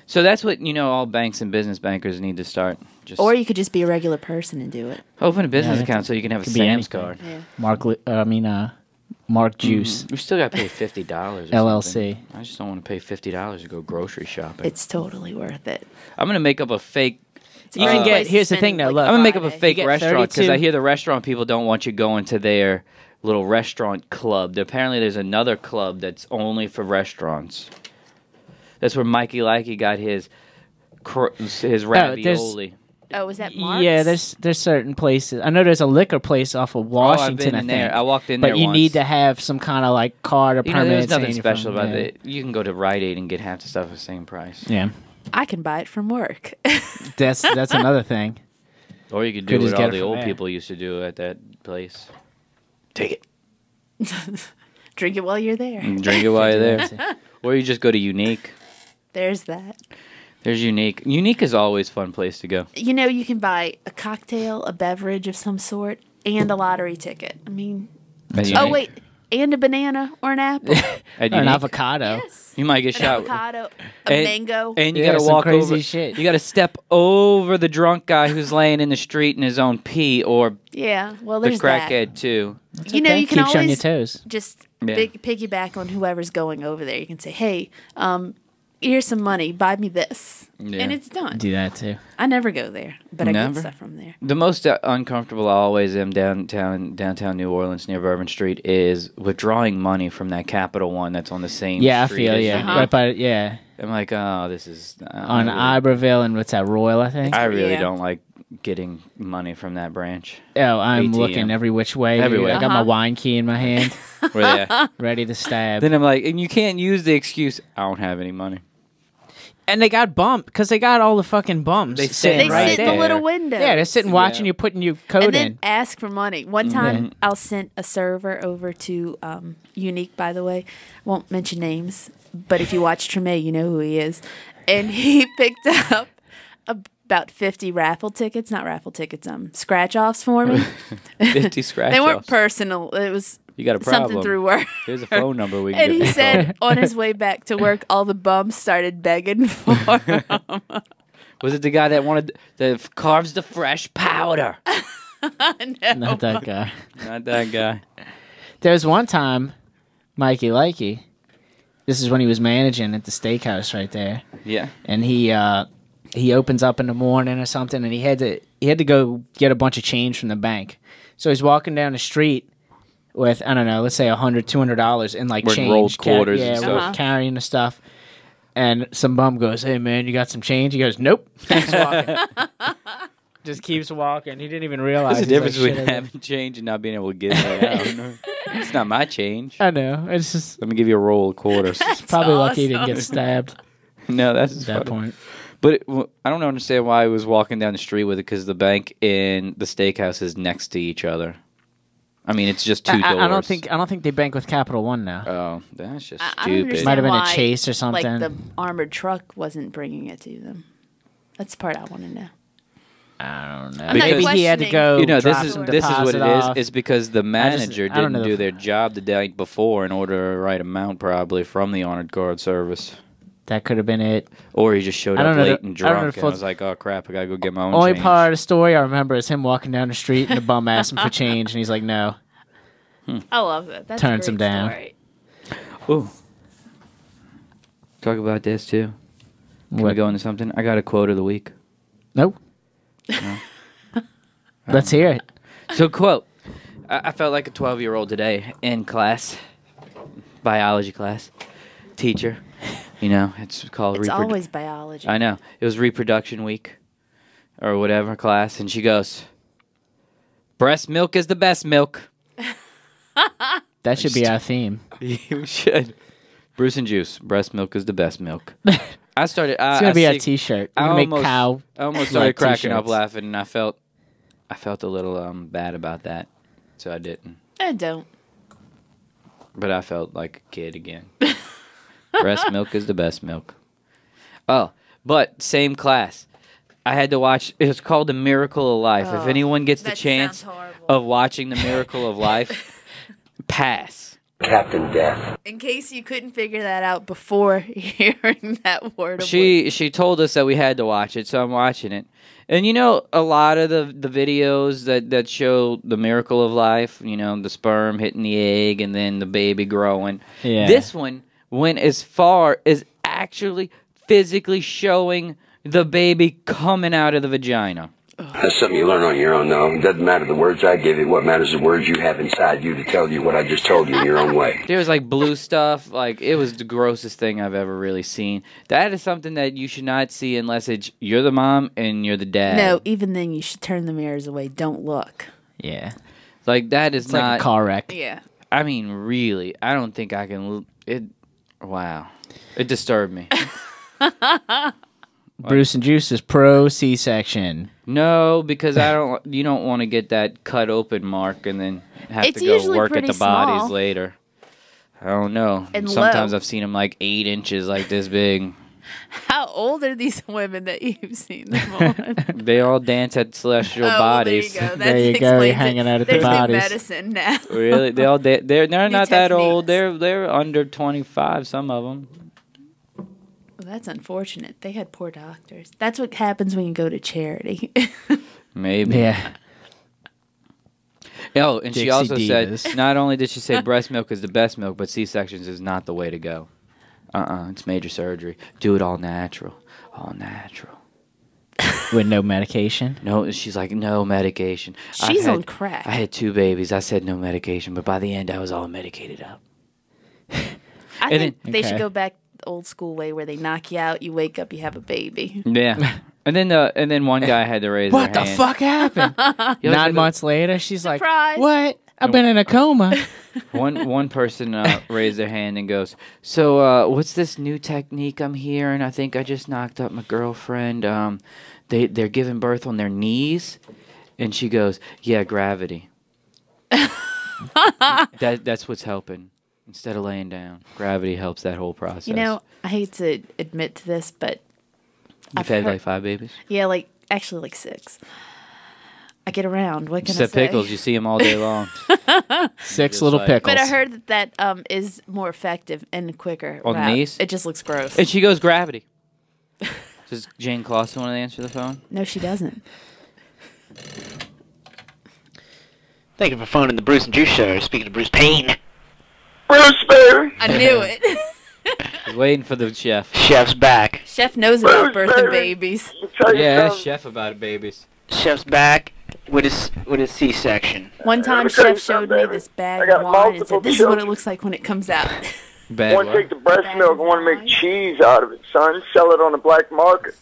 So that's what you know. All banks and business bankers need to start. Just Or you could just be a regular person and do it. open a business Yeah, account so you can have a could be Sam's anything. card. Yeah. Mark, Lu- uh, I mean, uh, Mark Juice. Mhm. We still got to pay fifty dollars. LLC. I just don't want to pay fifty dollars to go grocery shopping. It's totally worth it. I'm gonna make up a fake. uh, a great place to here's the thing, spend, though, like, look. I'm gonna make up a Friday. fake You get restaurant because I 32 hear the restaurant people don't want you going to their little restaurant club. Apparently, there's another club that's only for restaurants. That's where Mikey Likey got his cr- his Oh, there's- ravioli. Oh, was that Mark's? Yeah, there's there's certain places. I know there's a liquor place off of Oh, Washington. been I in think. there. I walked in but there you once. need to have some kind of like card or You know, permit. there's saying nothing you're special from about there. it. You can go to Rite Aid and get half the stuff at the same price. Yeah, I can buy it from work. that's that's another thing. Or you could do Could just what get all it the from old there. people used to do at that place. Take it. Drink it while you're there. And Mm, drink it while you're there. or you just go to Unique. There's that. There's Unique. Unique is always a fun place to go. You know, you can buy a cocktail, a beverage of some sort, and a lottery ticket. I mean, At oh Unique. wait, and a banana or an apple, At Or an Unique. avocado. You might get an shot. avocado, a and, mango. And you Yeah, gotta some walk crazy over. shit. You gotta step over the drunk guy who's laying in the street in his own pee, or yeah, well, the there's that. crackhead too. you know, okay. you can Keeps you on always your toes. just Yeah. big, piggyback on whoever's going over there. You can say, "Hey, um, here's some money. Buy me this," Yeah. and it's done. Do that too. I never go there, but I Never? get stuff from there. The most uh, uncomfortable I always am downtown downtown New Orleans near Bourbon Street is withdrawing money from that Capital One that's on the same. Yeah, I street feel as yeah. you. Uh-huh. Right by yeah. I'm like, oh, this is uh, On I Iberville and what's that Royal? I really, think. I really Yeah. don't like getting money from that branch. Oh, I'm ATM. looking every which way. dude. Everywhere. I got my Uh-huh. wine key in my hand, Right, yeah. ready to stab. then I'm like, and you can't use the excuse I don't have any money. and they got bumped because they got all the fucking bumps. They sit sitting They right sit in the there. little window. Yeah, they're sitting Yeah. watching you putting your code and then in. ask for money. One Mm-hmm. time, Yeah. I'll send a server over to um, Unique. By the way, won't mention names, but if you watch Treme, you know who he is. And he picked up about fifty raffle tickets, not raffle tickets, um, scratch offs for me. Fifty scratch. they weren't personal. It was You got a problem. something through work. Here's a phone number we can And get he people. said on his way back to work, all the bums started begging for. Was it the guy that wanted that carves the fresh powder? Not that guy. Not that guy. There was one time, Mikey Likey. This is when he was managing at the steakhouse right there, Yeah. and he uh, he opens up in the morning or something, and he had to he had to go get a bunch of change from the bank. So he's walking down the street with I don't know, let's say a hundred, two hundred dollars in like With change, rolled ca- quarters yeah, and stuff. with Uh-huh. carrying the stuff. And some bum goes, "Hey man, you got some change?" He goes, "Nope." Keeps walking. Just keeps walking. He didn't even realize. What's the He's like, difference "Shit, I between didn't having change and not being able to get it out? it's not my change. I know. It's just Let me give you a roll of quarters. probably lucky he didn't get stabbed. no, that's that point. But it, well, I don't understand why I was walking down the street with it because the bank and the steakhouse is next to each other. I mean, it's just two I, doors. I- I don't think I don't think they bank with Capital One now. Oh, that's just I don't stupid. understand Might have been a why, chase or something. Like the armored truck wasn't bringing it to them. That's the part I want to know. I don't know. I'm not Maybe he had to questioning. go. You know, this drop is some this is what deposit it is. off. It's because the I just- manager I don't didn't know do the- their job the day before in order to write amount probably from the honored guard service. That could have been it. Or he just showed I up don't know late the- and I don't know drunk, the and full- I was like, "Oh crap, I gotta go get my own." Only change." part of the story I remember is him walking down the street and the bum asked him for change, and he's like, "No." I love that. That's Turns a him great down. story. Ooh. Talk about this too. Can we What? go into something? I got a quote of the week. Nope. No. Let's hear it. So, quote I, I felt like a 12 year old today in class, biology class, teacher. You know, it's called It's reprodu- always biology. I know. It was reproduction week or whatever class. And she goes, Breast milk is the best milk. That should be our theme. you should. Bruce and Juice, breast milk is the best milk. I started. I, It's gonna I be our see- T-shirt. I We're gonna make almost- cow I almost started like cracking up T-shirts. laughing, and I felt, I felt a little um bad about that, so I didn't. I don't. But I felt like a kid again. Breast milk is the best milk. Oh, but same class. I had to watch. It's called The Miracle of Life. if Oh, anyone gets that the sounds chance horrible. of watching The Miracle of Life, pass. Captain Death. In case you couldn't figure that out before hearing that word. of wisdom. She she told us that we had to watch it, so I'm watching it. And you know, a lot of the the videos that that show the miracle of life, you know, the sperm hitting the egg and then the baby growing. Yeah. This one went as far as actually physically showing the baby coming out of the vagina. That's something you learn on your own, though. It doesn't matter the words I give you. What matters is the words you have inside you to tell you what I just told you in your own way. There was like blue stuff. Like it was the grossest thing I've ever really seen. That is something that you should not see unless it's you're the mom and you're the dad. No, even then you should turn the mirrors away. Don't look. Yeah. Like that is It's like a not car wreck. Yeah. I mean, really, I don't think I can. l- It. Wow. It disturbed me. Bruce and Juice is pro C section. No, because I don't. You don't want to get that cut open mark and then have It's to go usually work at pretty the bodies small. later. I don't know. And Sometimes low. I've seen them like eight inches, like this big. How old are these women that you've seen them on? they all dance at celestial Oh, well, there you bodies. go. That There you go, you're explains it. hanging out at the There's new bodies. medicine now. really? They all da- they're they're New not that old. They're they're under twenty five. Some of them. Well, that's unfortunate. They had poor doctors. That's what happens when you go to charity. Maybe. Yeah. Oh, and she Dixie also Divas. said not only did she say breast milk is the best milk, but C sections is not the way to go. Uh uh it's major surgery. Do it all natural. All natural. With no medication? No, she's like, no medication. I She's had- on crack. I had two babies. I said no medication, but by the end, I was all medicated up. I And think then- they should Okay. go back the old school way where they knock you out, you wake up, you have a baby. Yeah. and then the and then one guy had to raise What their the hand. fuck happened? You look at Nine the- months later, she's Surprise. like, "What? I've been in a coma." one one person uh, raised their hand and goes, "So uh, what's this new technique I'm hearing? I think I just knocked up my girlfriend. Um, they they're giving birth on their knees," and she goes, "Yeah, gravity. that that's what's helping. Instead of laying down, gravity helps that whole process. You know, I hate to admit to this, but you've I've had heard- like five babies. yeah, like actually like six. I get around. What can Except I say? pickles, you see them all day long. Six Just little like- pickles. But I heard that that um, is more effective and quicker. On route. these? It just looks gross. And she goes, gravity. Does Jane Clausen want to answer the phone? no, she doesn't. Thank you for phoning the Bruce and Juice Show. Speaking to Bruce Payne. Bruce Bear. I knew it. He's waiting for the chef. Chef's back. Chef knows about birthing babies. Yeah, ask chef about babies. Chef's back with his with his C-section. One time, Chef showed me this bag of wine and said, "This is what it looks like when it comes out." Bad want to take the breast milk. I want to make cheese out of it, son. Sell it on the black market.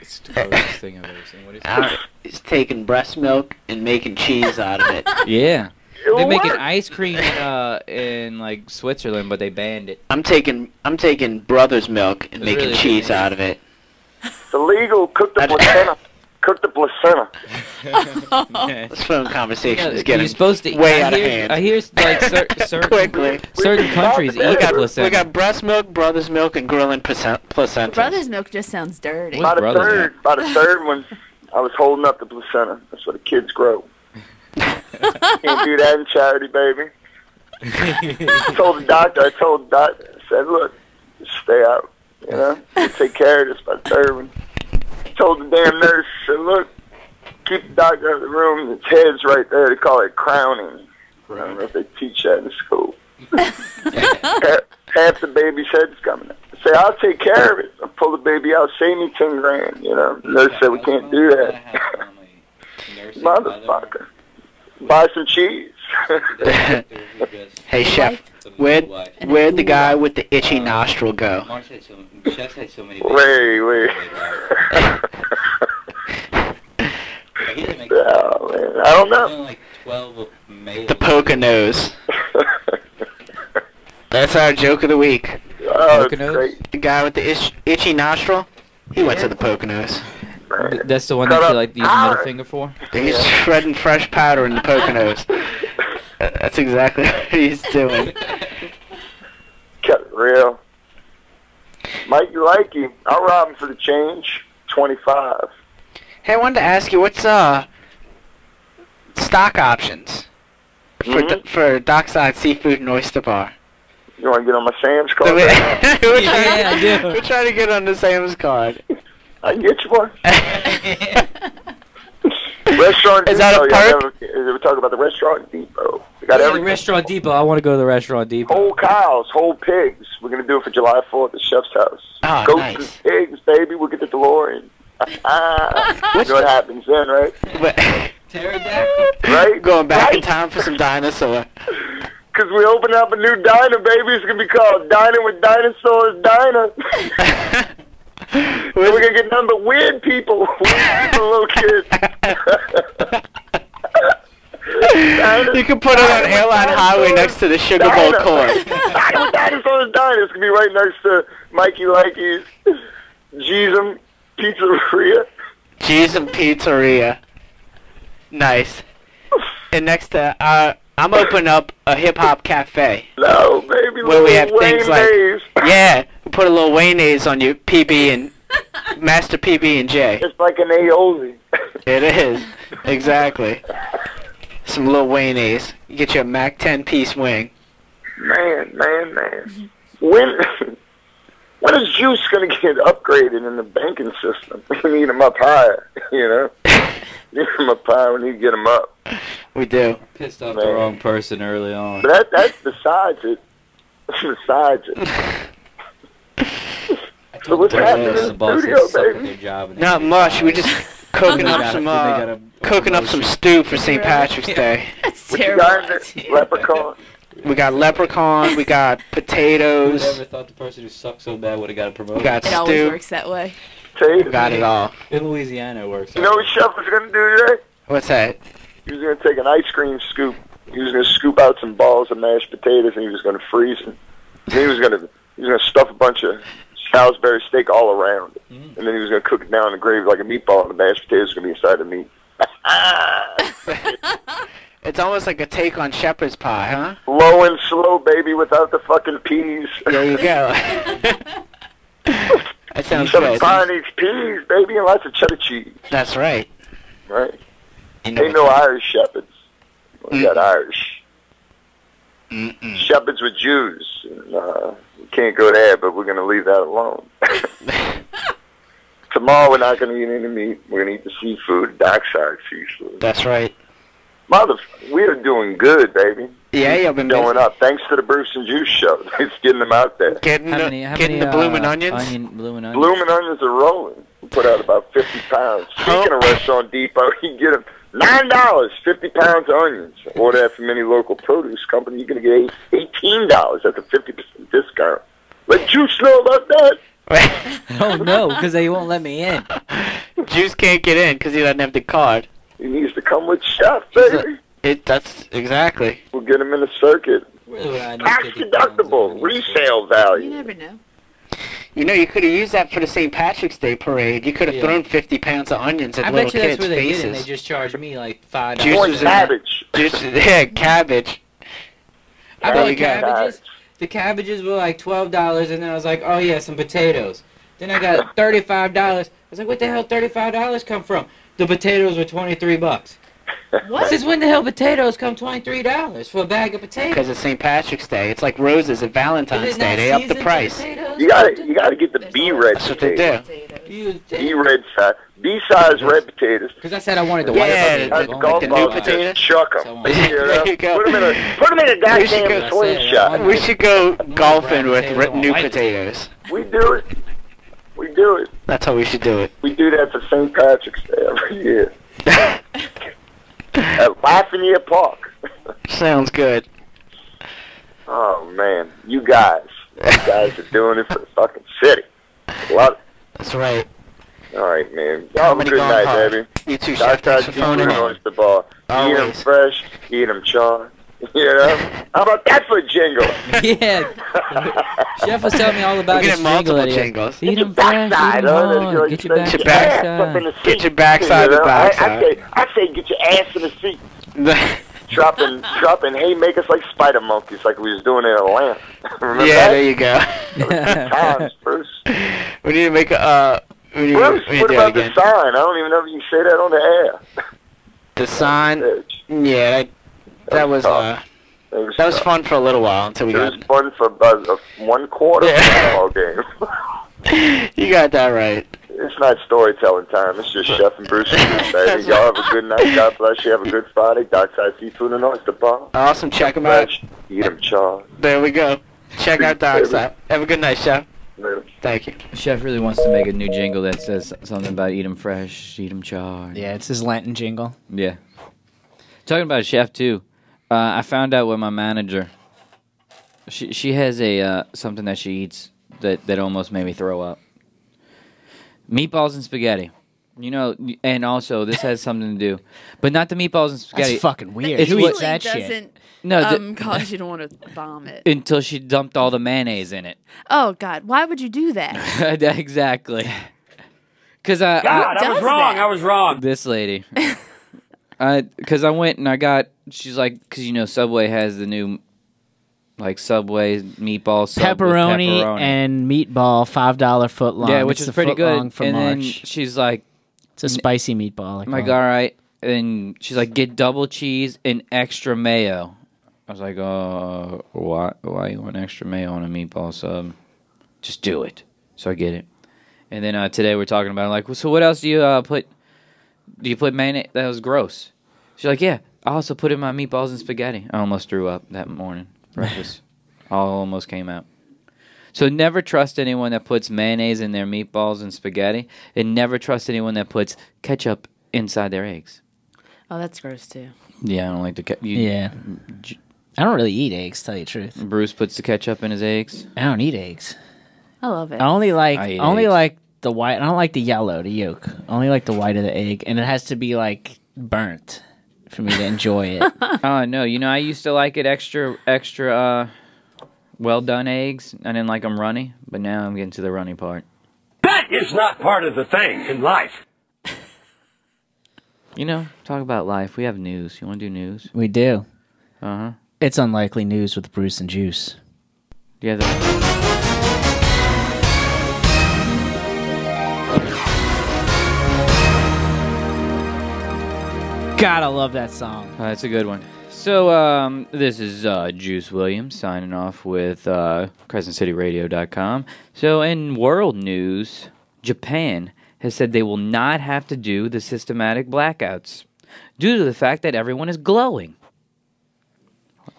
It's the grossest thing I've ever seen. What is Alright, He's taking breast milk and making cheese out of it. Yeah. It They're making worked. ice cream uh, in like Switzerland, but they banned it. I'm taking I'm taking brother's milk and It's making really cheese out of it. It's illegal. Cook the placenta. Cook the placenta. This phone conversation Yeah, is getting you're supposed to way I out of hear- hand. I hear like cer- certain Quickly. certain countries We eat got- placenta. We got breast milk, brother's milk, and grilling placen- placenta. Brother's milk just sounds dirty. By the third, by the third one, I was holding up the placenta. That's where the kids grow. Can't do that in charity, baby. I told the doctor. I told the doctor. I said, "Look, just stay out. You know, we'll take care of this by the third one." I told the damn nurse. I said, "Look, keep the doctor out of the room. His head's right there. They call it crowning. I don't know if they teach that in school." half, half the baby's head's coming out. I say, I'll take care of it. I pull the baby out, save me ten grand, you know. Nurse said we can't do that. Motherfucker. Buy some cheese. hey chef, where'd, where'd the guy with the itchy nostril go? Wait, wait. oh, man. I don't know. The poker nose. That's our joke of the week. Oh, Poconos? great. The guy with the itch, itchy nostril. He went to the Poconos. That's the one that you like the Ah. middle finger for. He's shredding fresh powder in the Poconos. That's exactly what he's doing. Cut it real. Mike, you like him. I'll rob him for the change. 25. Hey, I wanted to ask you, what's uh stock options for Mhm. d- for Dockside Seafood and Oyster Bar? You want to get on my Sam's So card? we- we're, trying, I do. we're trying to get on the Sam's card. I can get you one. Restaurant Is that a Depot, y'all perk? never- We're talking about the Restaurant Depot. We got Yeah, everything. Restaurant Depot. I want to go to the Restaurant Depot. Whole cows, whole pigs. We're gonna do it for July 4th at the chef's house. Ah, Goats nice. and pigs, baby. We'll get the DeLorean. What's what happens then, right? Right? Going back in time for some dinosaur. Because we open up a new diner, baby. It's going to be called Dining with Dinosaurs Diner. and we're going to get nothing but weird people. Weird people, little kids. You can put it on Airline Highway next to the Sugar Bowl Diner. Corn. Dining with Dinosaurs Diner. It's going to be right next to Mikey Likey's Jeezum Pizzeria. Cheese and Pizzeria. Nice. And next, uh, uh, I'm opening up a hip hop cafe. No, baby. Where we Lil have Wayne things like Mays. yeah, put a little Wayne's on your PB and Master PB and J. It's like an AOZ. It is exactly some little Wayne's. You get you a Mac 10 piece wing. Man, man, man. When when is juice gonna get upgraded in the banking system? We need 'em up higher, you know. need 'em up higher. We need to get 'em up. We do. Pissed off the wrong person early on. But that that's besides it. That's besides it. so what's happening in The the boss studio, is baby? sucking their job. and Not much. We just cooking They up got some a- they uh, got a- cooking up some stew for St. Patrick's Day. That's What you got in there? Leprechaun. We got leprechaun. We got Who potatoes. ever thought the person who sucked so bad would have got a promotion? We got It always stew. works that way. We got it all. In Louisiana, it works. You know what Chef was gonna do today? What's that? He was gonna take an ice cream scoop. He was gonna scoop out some balls of mashed potatoes, and he was gonna freeze them. And he was gonna he was gonna stuff a bunch of Salisbury steak all around, it. and then he was gonna cook it down in the gravy like a meatball, and the mashed potatoes were gonna be inside the meat. It's almost like a take on shepherd's pie, huh? Low and slow, baby, without the fucking peas. There you go. that sounds Some good. Chinese peas, baby, and lots of cheddar cheese. That's right. Right? You know Ain't no Irish shepherds. We got Irish. Shepherds with Jews. And, uh, we can't go there, but we're going to leave that alone. Tomorrow we're not going to eat any meat. We're going to eat the seafood, dockside seafood. That's right. Mother, we are doing good, baby. Yeah, you've been going up. Thanks to the Bruce and Juice show. It's getting them out there. Getting How the, many- how getting many, the blooming uh, onions. Onion, blooming onions. Bloomin' onions are rolling. We put out about fifty pounds. Speaking of Restaurant Depot, you can get them nine dollars, fifty pounds of onions. Order that from any local produce company. You're gonna get eight- eighteen dollars. That's a fifty percent discount. Let Juice know about that. oh no, because they won't let me in. Juice can't get in because he doesn't have the card. He needs to come with Chef, baby. It. That's exactly. We'll get him in the circuit. Tax deductible, resale value. never know. You know, you could have used that for the St. Patrick's Day parade. You could have Yeah. thrown 50 pounds of onions at I little bet you kids' that's where they faces. did it. and They just charged me like five Juice dollars. is in cabbage. Juice, yeah, cabbage. I There bought you go. cabbages. The cabbages were like twelve dollars, and then I was like, oh yeah, some potatoes. Then I got thirty-five dollars. I was like, what the hell, thirty-five dollars come from? The potatoes were twenty-three bucks. What? Since when the hell potatoes come twenty-three dollars for a bag of potatoes? Because it's St. Patrick's Day. It's like roses at Valentine's Is it not Day. They up the seasoned price. potatoes? You gotta, you gotta get the B red That's what they do. potatoes. B red size, B size red potatoes. Because I said I wanted the white Yeah, potatoes. like the new potato. Chuck them. There you go. Put them in a, put 'em in a We should goddamn go- swing shot. We should go golfing with ri- new potatoes. We do it. We do it. That's how we should do it. We do that for St. Patrick's Day every year. At Laughing Ear Park. Sounds good. Oh man, you guys, you guys are doing it for the fucking city. Love That's right. it. All right, man. Y'all have a Comedy good gone night, hard. baby. You too, Shout Chef. Thanks out for to you phoning and in. oyster bar. Eat 'em Always. fresh, eat 'em charred. You know? How about that for a jingle? yeah. Chef was telling me all about We're this jingle. getting multiple that he has. jingles. Eat 'em fresh, eat 'em hard, get your back. Get your back- Get your backside You to know, I, I backside. say, I say, get your ass in the seat. dropping, dropping haymakers like spider monkeys, like we was doing in Atlanta. Remember yeah, that? there you go. Times, Bruce. we need to make a. Uh, we need, Bruce, we need to what do that about the again. sign? I don't even know if you can say that on the air. The sign. Yeah, that, that was uh, It was, that was fun for a little while until we it was got. fun for about uh, one quarter of the football game. You got that right. It's not storytelling time. It's just Chef and Bruce. and Bruce, baby. Y'all have a good night. God bless you. Have a good Friday. Dockside Seafood and Oyster Bar. Awesome. Check them out. Eat 'em, Charles. There we go. Check out Dark Side. Have a good night, Chef. Later. Thank you. Chef really wants to make a new jingle that says something about eat 'em fresh, eat 'em charred. Yeah, it's his Lenten jingle. Yeah. Talking about chef too, uh, I found out with my manager. She she has a uh, something that she eats that that almost made me throw up. Meatballs and spaghetti. You know, and also this has something to do, but not the meatballs and spaghetti. fucking weird. It's Who what- eats that doesn't No, the- um, cause you to want to vomit. Until she dumped all the mayonnaise in it. Oh God, why would you do that? exactly. Because I, God, I was Does wrong, I was wrong. This lady. Because I went and I got. She's like, because you know Subway has the new, like Subway meatball sub with pepperoni, pepperoni. and meatball, five dollar foot long. Yeah, which It's is the pretty foot good. long for and then March. she's like, it's a spicy meatball. Like I'm like, all right. And she's like, get double cheese and extra mayo. I was like, uh, why, why you want extra mayo on a meatball sub? Just do it. So I get it. And then uh, today we're talking about it, like, well, so what else do you uh, put? Do you put mayonnaise? That was gross. She's like, yeah. I also put in my meatballs and spaghetti. I almost threw up that morning. Breakfast, all almost came out. So never trust anyone that puts mayonnaise in their meatballs and spaghetti, and never trust anyone that puts ketchup inside their eggs. Oh, that's gross too. Yeah, I don't like the ketchup. Yeah. I don't really eat eggs. Tell you the truth, Bruce puts the ketchup in his eggs. I don't eat eggs. I love it. I only like I eat only eggs. like the white. I don't like the yellow, the yolk. I only like the white of the egg, and it has to be like burnt for me to enjoy it. oh no, you know I used to like it extra, extra, uh, well done eggs. I didn't like them runny, but now I'm getting to the runny part. That is not part of the thing in life. You know, talk about life. We have news. You want to do news? We do. Uh huh. It's unlikely news with Bruce and Juice. Yeah. Gotta love that song. Uh, that's a good one. So um, this is uh, Juice Williams signing off with uh, CrescentCityRadio.com. So in world news, Japan has said they will not have to do the systematic blackouts due to the fact that everyone is glowing.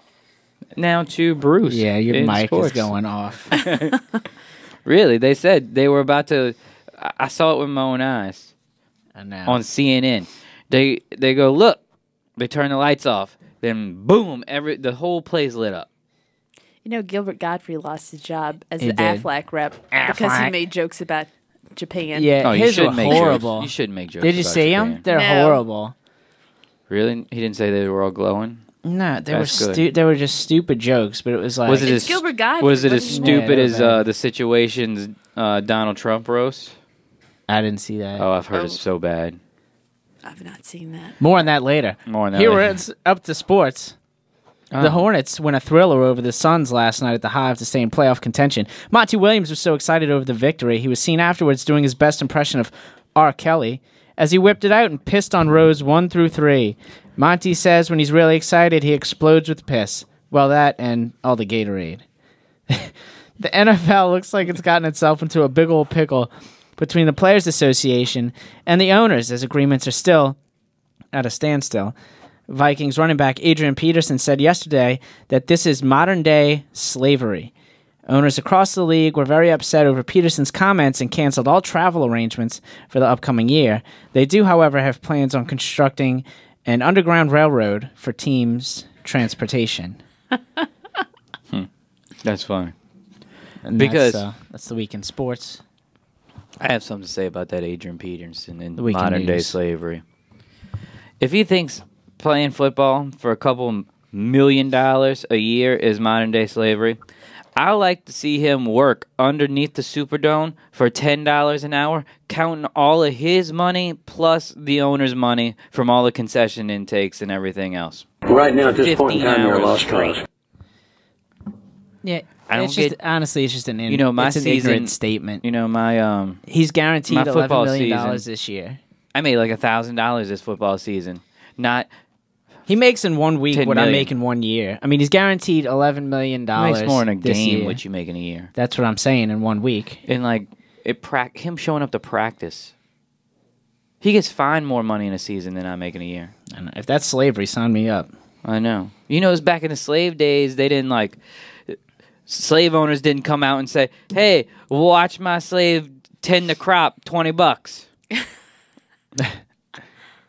Now to Bruce. Yeah, your in mic sports. is going off. Really, they said they were about to. I I saw it with my own eyes I know. on CNN. They they go look. They turn the lights off. Then boom, every the whole place lit up. You know, Gilbert Godfrey lost his job as He the did. Aflac rep because he Aflac. made jokes about Japan. Yeah, Oh, you his should were make jokes. horrible. You should make jokes Did you about see them? Japan. They're No. horrible. Really, he didn't say they were all glowing. No, they That's were good. stu- they were just stupid jokes, but it was like was it as was it as stupid as uh, the situation's uh, Donald Trump roast? I didn't see that. Oh, I've heard it's so bad. I've not seen that. More on that later. More on that Here later. we're it's up to sports. Oh. The Hornets win a thriller over the Suns last night at the Hive to stay in playoff contention. Monty Williams was so excited over the victory, he was seen afterwards doing his best impression of R. Kelly as he whipped it out and pissed on rows one through three. Monty says when he's really excited, he explodes with piss. Well, that and all the Gatorade. The NFL looks like it's gotten itself into a big old pickle between the Players Association and the owners, as agreements are still at a standstill. Vikings running back Adrian Peterson said yesterday that this is modern day slavery. Owners across the league were very upset over Peterson's comments and canceled all travel arrangements for the upcoming year. They do, however, have plans on constructing an underground railroad for teams' transportation. That's funny. And that's, because uh, that's the week in sports. I have something to say about that Adrian Peterson and The weekend modern day news. slavery. If he thinks playing football for a couple million dollars a year is modern day slavery, I like to see him work underneath the Superdome for ten dollars an hour, counting all of his money plus the owner's money from all the concession intakes and everything else. Right now, at this point in 15 time, you're a hours lost straight. cause. Yeah, I don't it's just, get- honestly, it's just an in, You know, my it's an season ignorant statement. You know, my um, He's guaranteed my eleven football million dollars season. this year. I made like a thousand dollars this football season. Not He makes in one week 10 what I million. make in one year. I mean, he's guaranteed eleven million He dollars. makes more in a this game year. what you make in a year. That's what I'm saying in one week. And like it, prac him showing up to practice, he gets fined more money in a season than I make in a year. I know. If that's slavery, sign me up. I know. You know, it's back in the slave days. They didn't like slave owners didn't come out and say, "Hey, watch my slave tend the crop, twenty bucks."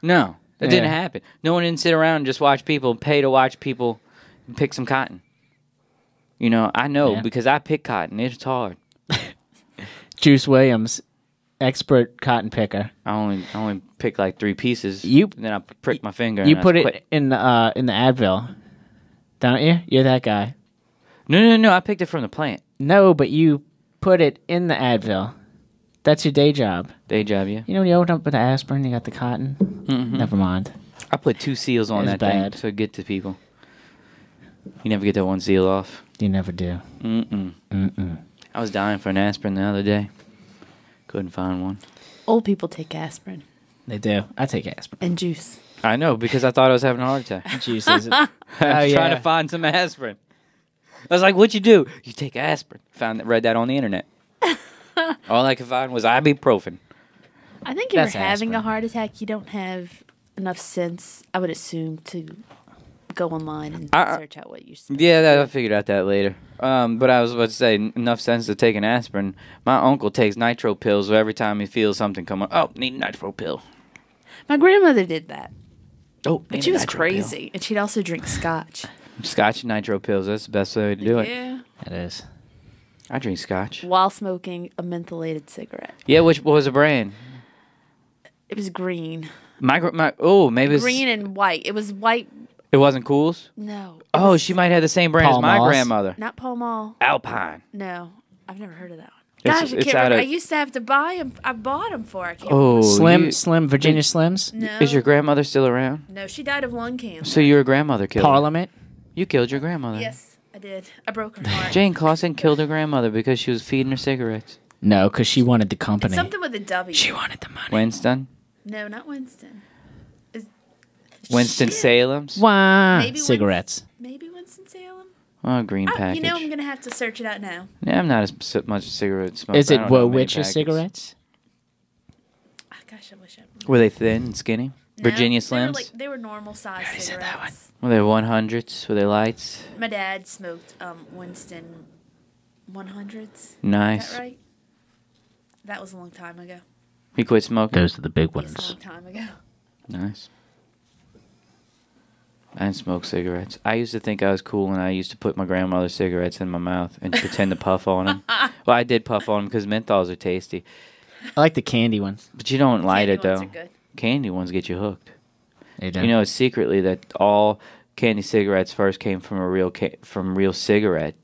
no, that didn't Yeah. happen. No one didn't sit around and just watch people pay to watch people pick some cotton. You know, I know Yeah. because I pick cotton. It's hard. Juice Williams, expert cotton picker. I only I only pick like three pieces. You and then I prick my finger. You and I put it quit. in the uh, in the Advil, don't you? You're that guy. No, no, no. I picked it from the plant. No, but you put it in the Advil. That's your day job. Day job, yeah. You know, when you open up with the aspirin, you got the cotton. Never mind. Mm-hmm. I put two seals on It's that bad. thing to get to people. You never get that one seal off. You never do. Mm-mm. Mm-mm. I was dying for an aspirin the other day. Couldn't find one. Old people take aspirin They do. I take aspirin. and juice. I know because I thought I was having a heart attack. Jesus. I was Oh, trying to find some aspirin. I was like, "What you do? You take aspirin?" Found that, read that on the internet. All I could find was ibuprofen. I think if That's you're having a heart attack, you don't have enough sense, I would assume, to go online and I- uh, I- search out what you Yeah, that, I figured out that later. Um, but I was about to say, n- enough sense to take an aspirin. My uncle takes nitro pills so every time he feels something come up. Oh, need a nitro pill. My grandmother did that, Oh, but need she a was nitro pill. crazy, and she'd also drink scotch. Scotch and nitro pills. That's the best way to do it. Yeah. That is. I drink scotch. While smoking a mentholated cigarette, Yeah, which what was the brand? it was green, My, gr- my oh maybe it's, green and white. It was white. it wasn't Cool's. No, Oh, she might have the same brand Pall as my Malls? grandmother. not Pall Mall. Alpine. No, I've never heard of that one. It's- Gosh, I it's can't out remember. of- I used to have to buy them. I bought them for. I can't Oh, Slim, you- Slim, Virginia Did- Slims. No. Is your grandmother still around? No, she died of lung cancer. So your grandmother killed her. Parliament. You killed your grandmother. Yes, I did. I broke her heart. Jane Clausen killed her grandmother because she was feeding her cigarettes. No, because she wanted the company. Something with a W. She wanted the money. Winston. No, not Winston. Winston Salem's. Wow. Maybe Ah, Cigarettes. Maybe Winston Salem. Oh, green I, package. you know, I'm gonna have to search it out now. yeah, I'm not as s- much a cigarette smoker. Is I it don't know many Witcher packets. cigarettes? Oh, gosh, I wish I. Were they thin and skinny? No, Virginia they were Slims. like- they were normal size cigarettes. Were they one hundreds? Were they lights? My dad smoked um, Winston 100s. Is Nice. that right? That was a long time ago. He quit smoking. Those are the big It's a long time ago. Nice. I didn't smoke cigarettes. I used to think I was cool and I used to put my grandmother's cigarettes in my mouth and pretend to puff on them. Well, I did puff on them because menthols are tasty. I like the candy ones. But you don't light it, ones though. are good. Candy ones get you hooked. They do. You know, it's secretly that all candy cigarettes first came from a real ca- from real cigarette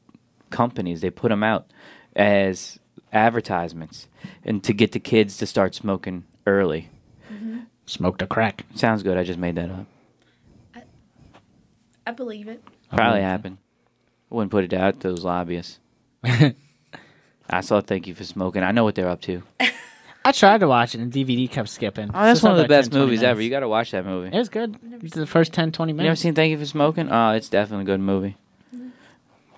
companies. They put them out as advertisements and to get the kids to start smoking early. Mm-hmm. Smoked a crack. Sounds good. I just made that up. I believe it. Oh, Probably happened. I wouldn't put it out to those lobbyists. I saw Thank You for Smoking. I know what they're up to. I tried to watch it and the DVD kept skipping. Oh, that's So one of the it's best about 10, 20 movies ever. minutes. You got to watch that movie. It was good. It's the first 10, 20 You never minutes. seen Thank You for Smoking? Oh, it's definitely a good movie.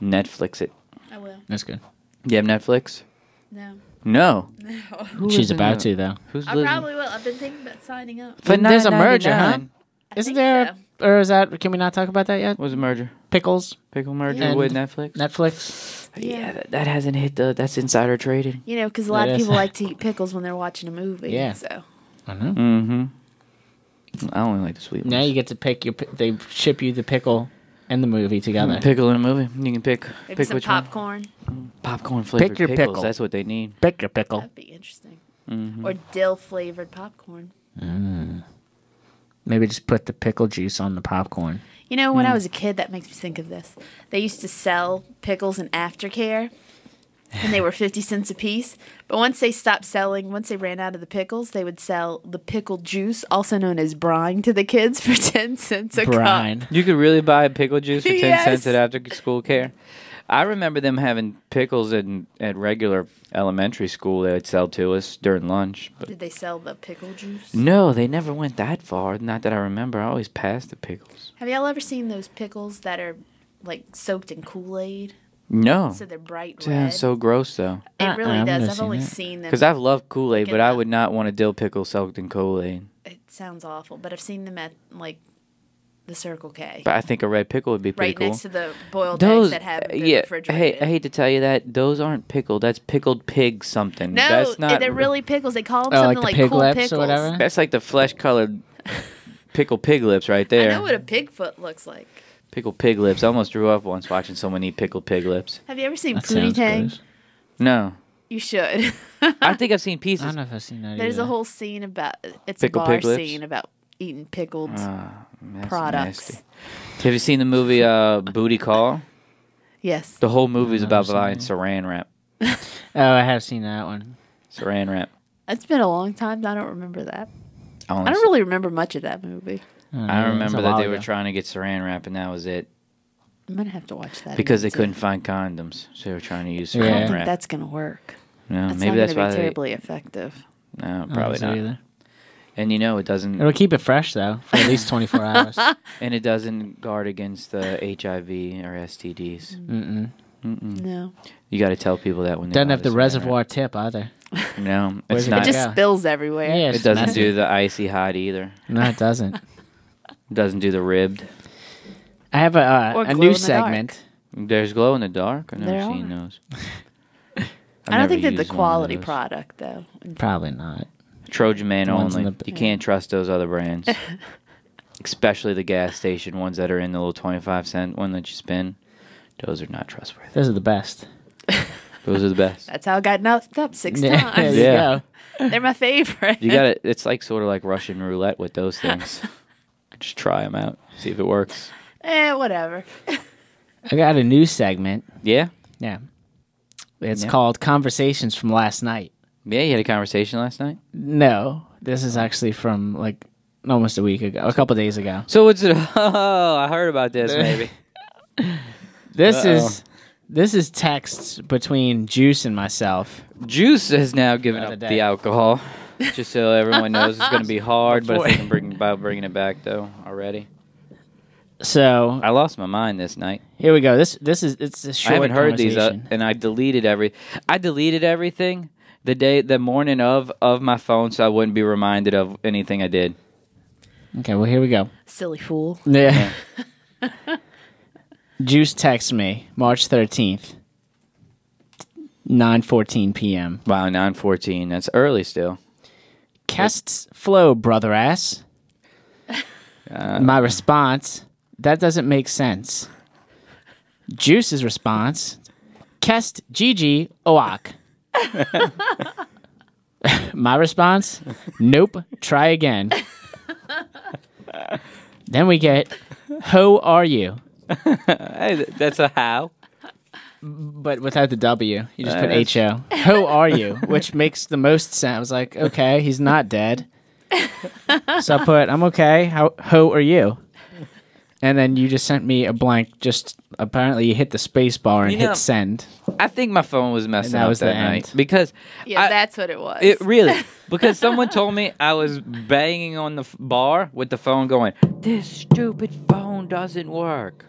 Netflix it. I will. That's good. You have Netflix? No. No. No. Who She's lives in about a- to, though. Who's I living? probably will. I've been thinking about signing up. But there's a merger, huh? $9.99. Isn't there? Or is that? Can we not talk about that yet? What was the merger? Pickles. Pickle merger And with Netflix? Netflix. Yeah, that, that hasn't hit the. That's insider trading. You know, because a That lot of is- people like to eat pickles when they're watching a movie. Yeah. So I know. Mm-hmm. I only like the sweet Now you get to pick your. pi- They ship you the pickle and the movie together. Pickle in a movie. You can pick. maybe pick some which one. popcorn. Popcorn flavored Pick your pickles. pickle. That's what they need. Pick your pickle. That'd be interesting. Mhm. Mm-hmm. Or dill flavored popcorn. Mm. Maybe just put the pickle juice on the popcorn. You know, when I Hmm. was a kid, that makes me think of this. They used to sell pickles in aftercare, and they were 50 cents a piece. But once they stopped selling, once they ran out of the pickles, they would sell the pickle juice, also known as brine, to the kids for 10 cents a cup. You could really buy pickle juice for ten Yes. cents at after school care. I remember them having pickles in at regular elementary school. They would sell to us during lunch. But Did they sell the pickle juice? no, they never went that far. Not that I remember. I always passed the pickles. Have y'all ever seen those pickles that are like soaked in Kool Aid? No. So they're bright red. Sounds so gross though. It really does. Uh-uh, I've only seen them. Because I've loved Kool Aid, Get but I would not want a dill pickle soaked in Kool Aid. It sounds awful, but I've seen them at like the Circle K. But I think a red pickle would be pretty right cool. uh, next to the boiled eggs that have been yeah, refrigerated. hey, I hate to tell you that those aren't pickled. That's pickled pig something. No, that's not. Oh, they're really pickles. They call them something Oh, like, cool pickles. That's like the flesh colored pickle pig lips right I there. know what a pig foot looks like. Pickle pig lips. I almost threw up once watching someone eat pickled pig lips. Have you ever seen That Pootie sounds Tang? gross. No, You should. I think I've seen pieces. I don't know if I've seen that. There's a whole scene about it's Pickled a bar pig lips? scene about eating pickled Ah, that's products. nasty. Have you seen the movie uh, Booty Call? Yes. The whole movie is about seen buying saran wrap. Oh, I have seen that one. Saran wrap. It's been a long time. I don't remember that. I I only don't really remember much of that movie. I remember that while they were ago. trying to get saran wrap, and that was it I'm gonna have to watch that because they again, too. couldn't find condoms, so they were trying to use I don't saran think wrap. that's gonna work. No, that's maybe not that's gonna why be they- terribly effective. no, don't probably think so not. either. And you know it doesn't. It'll keep it fresh though for at least 24 hours. and it doesn't guard against the HIV or Mm-hmm. STDs. Mm-mm. Mm-mm. No. You got to tell people that when they Doesn't buy have the saran reservoir tip either. wrap. No, Where's it's it gonna not. It just spills everywhere. Yeah, it doesn't do the icy hot either. No, it doesn't. It doesn't do the ribbed. I have a uh, Or a glow new in the segment. There's glow in the dark. I've never There seen those. I've I don't think never they're the used one of quality those. product though. Probably not. Trojan Man The ones in only. the- you can't trust those other brands, especially the gas station ones that are in the little twenty-five cent one that you spin. Those are not trustworthy. Those are the best. Those are the best. That's how I got knocked up six Yeah, times. there you Yeah. They're my favorite. You got to It's like sort of like Russian roulette with those things. Just try them out, see if it works. Eh, whatever. I got a new segment. Yeah. Yeah. It's Yeah. called Conversations from Last Night. Yeah, you had a conversation last night. No, this Oh. is actually from like almost a week ago, a couple days ago. So it's oh, I heard about this maybe. This Uh-oh. is this is texts between Juice and myself. Juice has now given Another up day. the alcohol. Just so everyone knows, it's going to be hard, but I Boy. think I'm bringing, about bringing it back though already. So I lost my mind this night. here we go. This this is it's a short. I haven't heard these, uh, conversation. and I deleted every. I deleted everything the day, the morning of of my phone, so I wouldn't be reminded of anything I did. Okay, well here we go. Silly fool. Yeah. Juice texts me March thirteenth, nine fourteen p.m. Wow, nine fourteen. That's early still. Casts flow, brother ass. Uh. My response: That doesn't make sense. Juice's response: Cast GG oak. My response: Nope. Try again. then we get, "Who are you?" Hey, th- that's a how. But without the W, you just Uh, put that's- H O. Who are you? Which makes the most sense. I was like, okay, he's not dead. so I put, I'm okay. How who are you? And then you just sent me a blank. Just apparently you hit the space bar and You know- hit send. I think my phone was messing that up was the that end. night because Yeah, I- that's what it was. It really because someone told me I was banging on the f- bar with the phone going. This stupid phone doesn't work.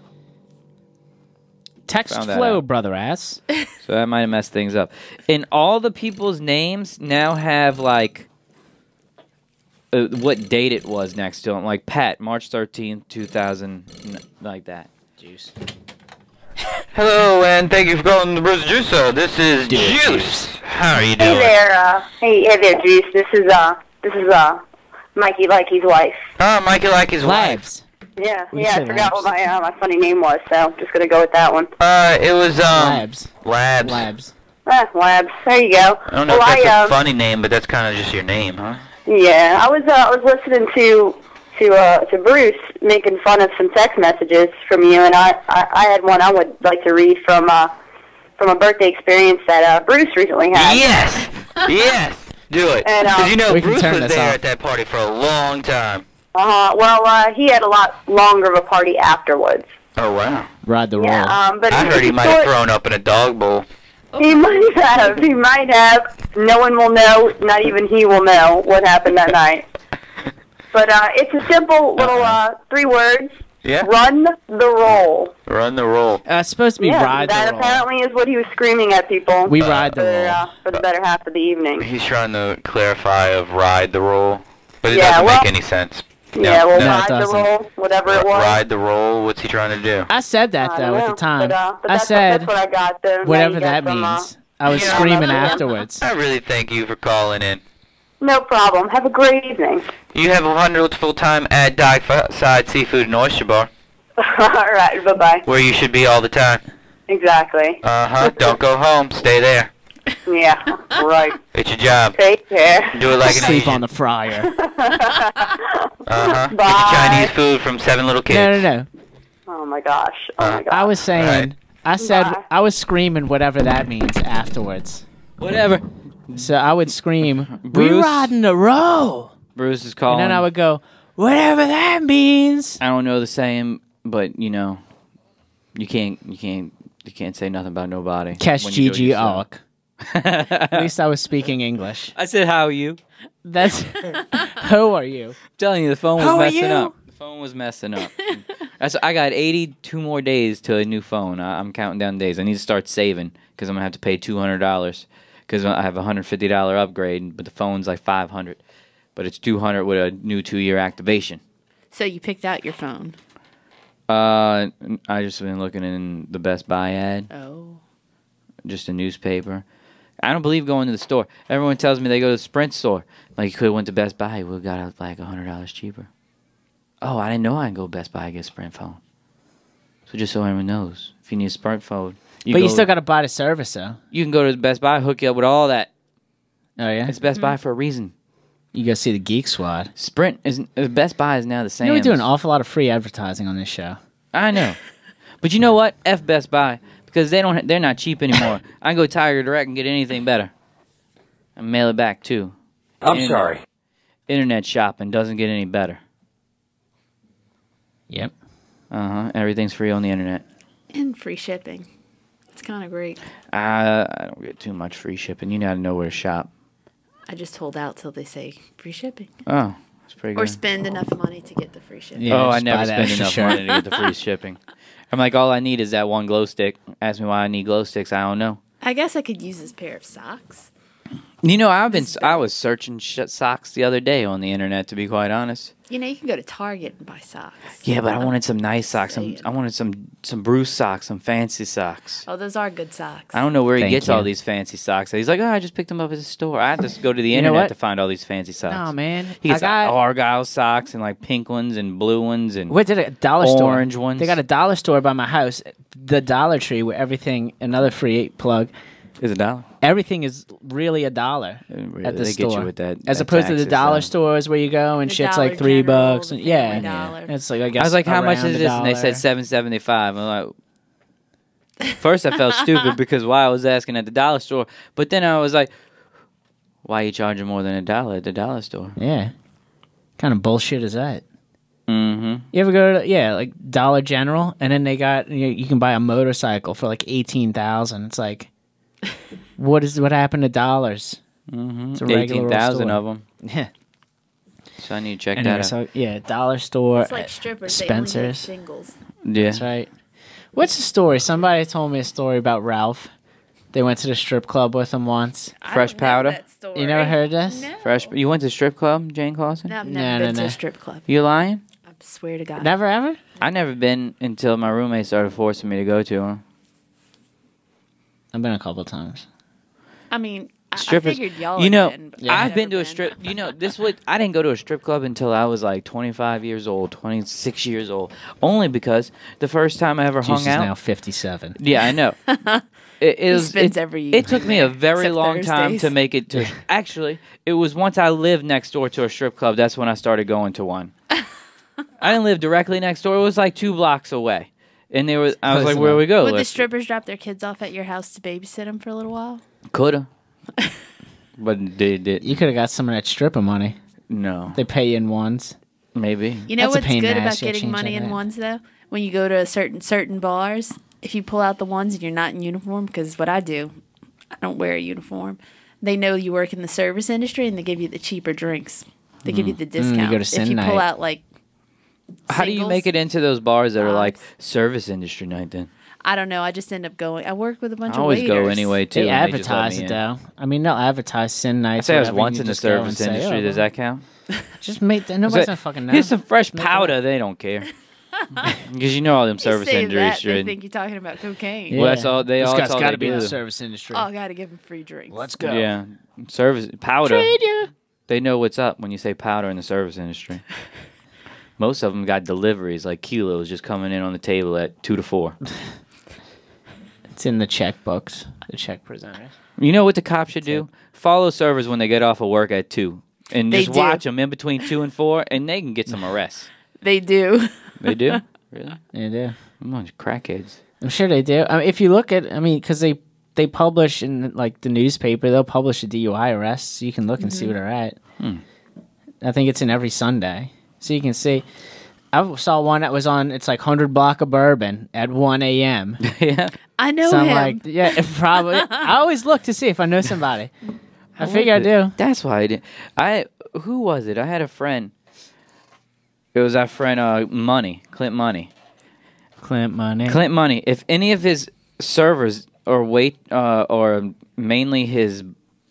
Text Found that flow, out. brother ass. So that might have messed things up. And all the people's names now have like uh, what date it was next to them. Like Pat, March 13th, 2000, n- like that. Juice. Hello, and thank you for calling the Bruce Juice Show. This is Juice. How are you Hey doing? there, uh, hey, hey there, Juice. This is uh, this is uh, Mikey Likey's wife. Oh, Mikey like his wife. Yeah, We yeah. I said forgot what my uh, my funny name was, so just gonna go with that one. Uh, it was um. Labs. Labs. Labs. Eh, Labs. There you go. I don't know well, if that's I, a um, funny name, but that's kind of just your name, huh? Yeah, I was uh, I was listening to to uh, to Bruce making fun of some text messages from you, and I, I I had one I would like to read from uh from a birthday experience that uh, Bruce recently had. Yes. yes. Do it. And, um, Because you know We can Bruce turn was this there off. at that party for a long time. Uh, well, uh, he had a lot longer of a party afterwards. Oh wow. Ride the Yeah, um, but I it- heard he it's might have short- thrown up in a dog bowl. He might have. He might have. No one will know. Not even he will know what happened that night. But uh, it's a simple little uh, three words. Yeah. Run the roll. Run the roll. Uh, it's supposed to be yeah, ride that the roll. apparently is what he was screaming at people. We ride the for, roll. Uh, for the better half of the evening. He's trying to clarify of ride the roll, but it Yeah, doesn't well- make any sense. yeah, well, No, it ride the doesn't. roll, whatever it was. Ride the roll. What's he trying to do? I said that I though don't at know, the time. but, uh, but I that's- said that's what I got, though. Now whatever you got that some, uh, means. I was Yeah. screaming afterwards. I really thank you for calling in. No problem. Have a great evening. You have a wonderful time at Dockside Seafood and Oyster Bar, All right. Bye bye. where you should be all the time. Exactly. Uh huh. Don't go home. Stay there. Yeah. right. It's your job. Take care. Uh, Uh-huh. Do it like an e- Sleep Asian. on the fryer. Uh huh. Get your Chinese food from seven little kids. No, no, no. oh my gosh. I was saying, I said, I was screaming whatever that means afterwards. Whatever. So I would scream, "We Bruce- riding a roll," Bruce is and calling. then I would go, "Whatever that means." I don't know the same, but you know, you can't, you can't, you can't say nothing about nobody. Catch when you do it GG yourself. Ark. At least I was speaking English. I said, "How are you?" That's who are you? telling you, the phone was How are messing you? up. The phone was messing up. That's I got 82 more days to a new phone. I, I'm counting down days. I need to start saving because I'm gonna have to pay $200 because I have a $150 upgrade, but the phone's like 500. But it's 200 with a new two-year activation. So you picked out your phone. Uh, I just been looking in the Best Buy ad. Oh. Just a newspaper. I don't believe going to the store. Everyone tells me they go to the Sprint store. Like, you could have went to Best Buy. We got out like hundred dollars cheaper. Oh, I didn't know I can go to Best Buy and get a Sprint phone. So just so everyone knows, if you need a Sprint phone, but you go- still got to buy the service though. you can go to Best Buy, hook you up with all that. Oh yeah, it's Best Buy for a reason. You go see the Geek Squad. Sprint is uh, Best Buy is now the same. You know we do an awful lot of free advertising on this show. I know, but you know what? F Best Buy because they don't. They're not cheap anymore. I can go Tiger Direct and get anything better. And mail it back too. I'm sorry. Internet shopping doesn't get any better. Yep. Uh huh. Everything's free on the internet. And free shipping. It's kind of great. I I don't get too much free shipping. You gotta know where to shop. I just hold out till they say free shipping. Oh, that's pretty good. Or spend enough money to get the free shipping. oh, I just buy never that spend extra enough shirt. money to get the free shipping. I'm like, all I need is that one glow stick. Ask me why I need glow sticks. I don't know. I guess I could use this pair of socks. You know, I've been I was searching sh- socks the other day on the internet. To be quite honest. You know, you can go to Target and buy socks. Yeah, but I wanted some nice socks. Some, I wanted some some Bruce socks, some fancy socks. Oh, those are good socks. I don't know where he Thank gets you. all these fancy socks. He's like, oh, I just picked them up at the store. I have to go to the You know what? internet to find all these fancy socks. No man, He gets I got argyle socks and like pink ones and blue ones and What did a dollar store? orange ones. They got a dollar store by my house, the Dollar Tree, where everything. Another free plug. Is a dollar. Everything is really a dollar at they the get you store. with that- as that opposed to taxes, the dollar though. stores where you go and The shit's Dollar like three General, bucks. And, yeah, dollar. it's like I I guess. was like, how much around is a this? And they dollar. said seven seventy five. I'm like, first I felt stupid because why I was asking at the dollar store, but then I was like, why are you charging more than a dollar at the dollar store? Yeah. Kind of bullshit is that? Mm-hmm. You ever go to yeah, like Dollar General, and then they got you, you can buy a motorcycle for like eighteen thousand. It's like, what is what happened to dollars? Mm-hmm. It's a regular old Eighteen thousand store. of them. Yeah. So I need to check Anyway, that out. so yeah, dollar store. It's like strippers. Spencer's. They only get Spencer's. singles. Yeah. That's right. What's the story? Somebody told me a story about Ralph. They went to the strip club with him once. Fresh powder. You never heard this? Fresh. You went to strip club, Jane Clausen? No, I've never been to a strip club. You lying? I swear to God. Never ever. I never been until my roommate started forcing me to go to 'em. I've been a couple times. I mean, I, I Strippers. figured y'all. you had know, been, but I've never been to a strip. You know, this would I didn't go to a strip club until I was like 25 years old, 26 years old. Only because the first time I ever Juice hung is out. now fifty-seven. Yeah, I know. It, He it, was, spends it, every it took me a very except long time Thursdays. to make it to. Actually, it was once I lived next door to a strip club. That's when I started going to one. I didn't live directly next door. It was like two blocks away, and they were. I was Close like, "Where enough. we go?" Would the Let's- strippers drop their kids off at your house to babysit them for a little while? Coulda. but they did. You could have got some of that stripper money. No. They pay you in ones. Maybe. You know That's a what's pain in good the about ass, you gotta getting change money that in out. ones though? When you go to a certain certain bars, if you pull out the ones and you're not in uniform, because what I do, I don't wear a uniform. They know you work in the service industry and they give you the cheaper drinks. They give you Mm. the Mm, you go to discount if sin you pull night. out like. How do you singles. make it into those bars that are like service industry night? Then I don't know. I just end up going. I work with a bunch I always of go waiters. anyway too. They and just let advertise me it in. though. I mean, they'll advertise sin I nights. say I was whatever, and once you in the just go and service say, industry. "Oh, Does that count? Just make that. Say, Nobody's gonna fucking know. Here's some fresh powder. They don't care because you know all them You service say industry. that, they think you're talking about cocaine. Well, that's all. They This all. guy's that's all gotta they be in the do. service industry. Oh, I gotta give them free drinks. Let's Yeah, service powder. Trade ya. They know what's up when you say powder in the service industry. Most of them got deliveries like kilos just coming in on the table at two to four. It's in the checkbooks. The check presenter. You know what the cops should do? Follow servers when they get off of work at two, and They just do. watch them in between two and four, and they can get some arrests. They do. They do. Really? They do. I'm on crackheads. I'm sure they do. I mean, if you look at, I mean, because they they publish in like the newspaper, they'll publish the DUI arrests. So you can look and see Mhm. what are at. Hmm. I think it's in every Sunday, so you can see. I saw one that was on. It's like hundred block of bourbon at one a.m. yeah, I know so I'm him. like, yeah, it probably. I always look to see if I know somebody. I like figure I do. that. That's why I did. I who was it? I had a friend. It was our friend uh, Money, Clint Money. Clint Money. Clint Money. If any of his servers or wait uh, or mainly his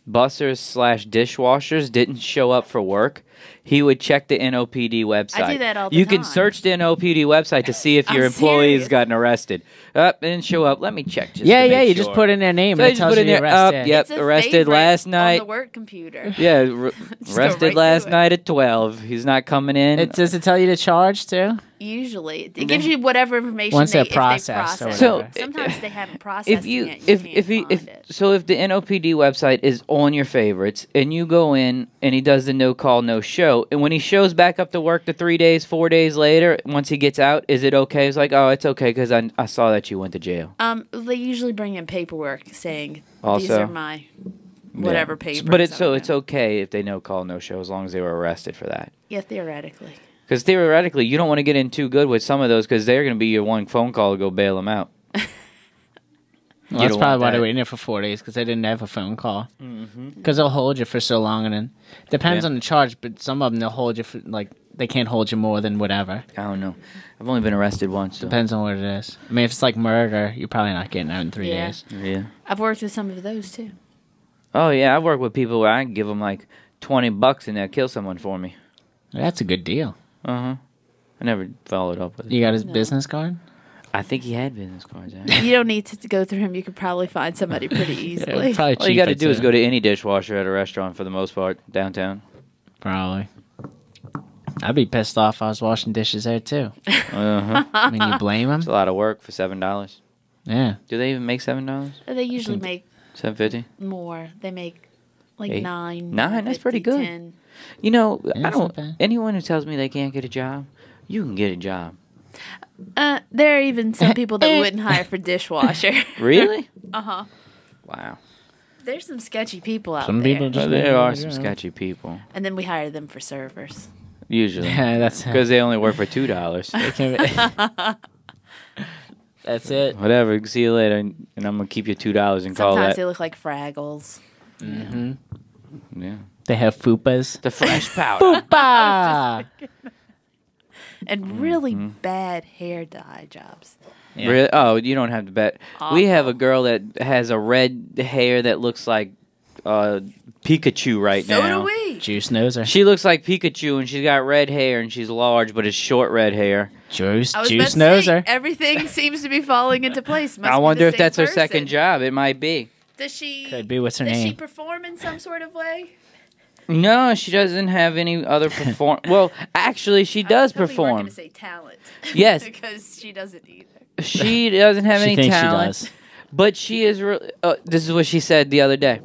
bussers slash dishwashers didn't show up for work, he would check the NOPD website. do that all the You can search the NOPD website to see if your I'm employee's gotten arrested. Up didn't show up. Let me check. Just yeah, to yeah. make You just sure. put in their name So you and it just tells put you in you're there, up, arrested. yep, arrested last night. On the work computer. Yeah, r- Just go arrested right last night at twelve. He's not coming in. It, does it tell you to charge too? Usually, it Then- gives you whatever information Once they, they're if they processed or process. whatever. So, sometimes they haven't processed if you it. if if he, if so if the NOPD website is on your favorites and you go in and he does the no call no show and when he shows back up to work the three days four days later once he gets out is it okay? It's like oh it's okay because I I saw that you went to jail. Um, they usually bring in paperwork saying these Also- are my whatever Yeah. papers. But it's I'm so gonna-" it's okay if they no call no show as long as they were arrested for that. yeah, theoretically. Because theoretically, you don't want to get in too good with some of those because they're going to be your one phone call to go bail them out. Well, You that's don't probably want why they that. were in there for four days because they didn't have a phone call. Because Mhm. they'll hold you for so long, and then depends Yeah. on the charge. But some of them they'll hold you for like they can't hold you more than whatever. I don't know. I've only been arrested once. so- Depends on what it is. I mean, if it's like murder, you're probably not getting out in three Yeah. days. Yeah. I've worked with some of those too. Oh yeah, I work with people where I can give them like twenty bucks and they'll kill someone for me. That's a good deal. Uh huh. I never followed up with it. You got his business card. I think he had business cards. Actually. You don't need to go through him. You could probably find somebody pretty easily. All you got to do is go to any dishwasher at a restaurant for the most part downtown. Probably. I'd be pissed off. if I was washing dishes there too. Uh-huh. I mean, you blame them. It's a lot of work for seven dollars. Yeah. Do they even make seven dollars? Uh, They usually make Seven fifty. more. They make like Eight. nine. Nine, that's pretpretty 50, good. 10. You know, I it's not don't. Anyone who tells me they can't get a job, you can get a job. Uh, there are even some people that wouldn't hire for dishwasher. Eh. Really? uh huh. wow. There's some sketchy people out Some there. people just Uh, need there to are get a some job. sketchy people And then we hire them for servers. usually. Yeah, that's- because they only work for two dollars. That's it. Whatever. See you later, and and I'm gonna keep your two dollars and call Sometimes that. they look like Fraggles. Mm-hmm. hmm Yeah. They have fupas. The fresh powder. Fupa. Mm-hmm. And really bad hair dye jobs. Really? Oh, you don't have to bet. We have a girl that has a red hair that looks like uh, Pikachu right So now. do we. Juice knows her. She looks like Pikachu, and she's got red hair, and she's large, but it's short red hair. Juice, I was about to say, Everything seems to be falling into place. Must I be wonder the if same that's her person. second job. It might be. Does she? Could be. What's her does she name? perform in some sort of way? No, she doesn't have any other perform. well, actually, she does I was hoping you weren't perform. gonna say talent. Yes. because she doesn't either. She doesn't have She any thinks she talent. does. But she is. Re- uh, this is what she said the other day.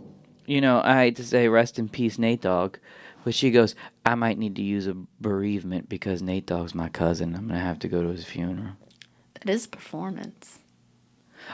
You know, I hate to say rest in peace, Nate Dogg. But she goes, I might need to use a bereavement because Nate Dogg's my cousin. I'm going to have to go to his funeral. It is performance.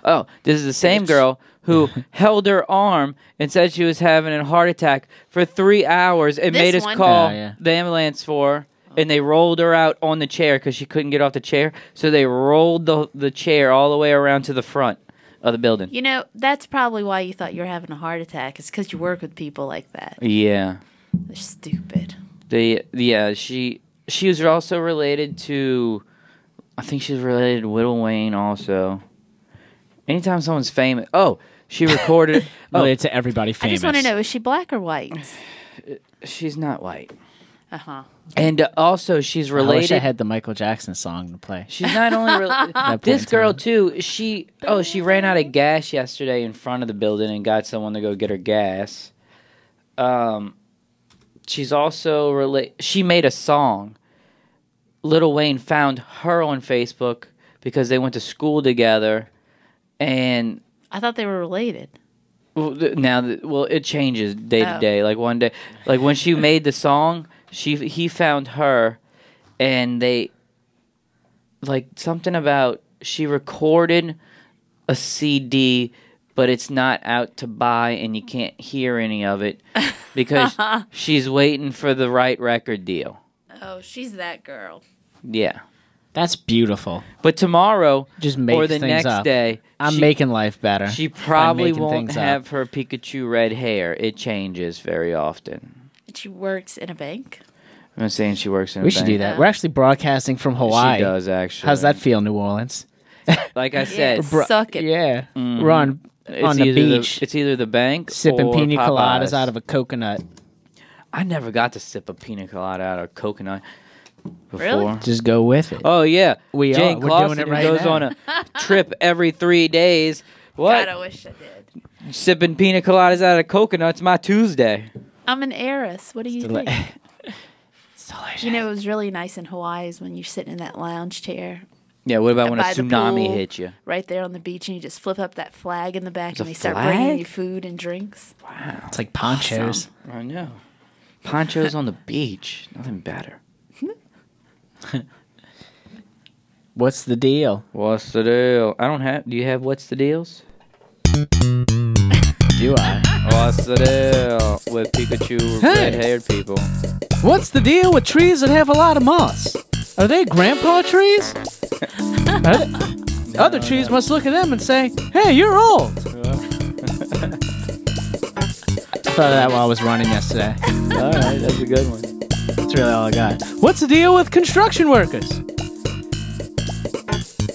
Oh, this is the same girl who held her arm and said she was having a heart attack for three hours and This made us one? Oh. call Oh, yeah. the ambulance for her. And they rolled her out on the chair because she couldn't get off the chair. So they rolled the, the chair all the way around to the front of the building. You know, that's probably why you thought you were having a heart attack. Is because you work with people like that. Yeah. They're stupid. They yeah, she she was also related to I think she's related to Whittle Wayne also. Anytime someone's famous, oh, she recorded. oh, Related to everybody I famous. just want to know: is she black or white? She's not white. Uh huh. And uh, also, she's I wish related. I had the Michael Jackson song to play. She's not only rela- this girl too. She oh she ran out of gas yesterday in front of the building and got someone to go get her gas. Um, she's also relate. She made a song. Little Wayne found her on Facebook because they went to school together, and I thought they were related. well, th- now th- well it changes day to Oh. day. Like one day, like when she made the song, she he found her, and they like something about she recorded a CD, but it's not out to buy, and you can't hear any of it because she's waiting for the right record deal. Oh, she's that girl. Yeah, that's beautiful. But tomorrow, just makes or the things next up. day, I'm she- making life better. She by probably making won't things up. have her Pikachu red hair. It changes very often. She works in a bank. I'm saying she works in. a We should do bank. that. We're actually broadcasting from Hawaii. does, actually. How's that feel, New Orleans? Like I said, Bru- Yeah, Mhm. we're on It's on the either beach, it's either the bank sipping or pina Popeyes. coladas out of a coconut. I never got to sip a pina colada out of coconut before. Just go with it. Oh yeah, We are. Jane We're doing Clausen, it who right goes now. on a trip every three days. What? God, I wish I did. Sipping pina coladas out of coconuts my Tuesday. I'm an heiress. What do you deli- think? You know, it was really nice in Hawaii is when you're sitting in that lounge chair Yeah. What about when a by the tsunami pool, hit you? right there on the beach and you just flip up that flag in the back There's and a they start bringing flag? you food and drinks. Wow. It's like ponchos. I know. Ponchos on the beach. Nothing better. What's the deal? What's the deal? I don't have. Do you have what's the deals? Do I? What's the deal with Pikachu Hey. red-haired people? What's the deal with trees that have a lot of moss? Are they grandpa trees? Are they- Other trees must look at them and say, "Hey, you're old." I thought of that while I was running yesterday. all right, that's a good one. That's really all I got. What's the deal with construction workers?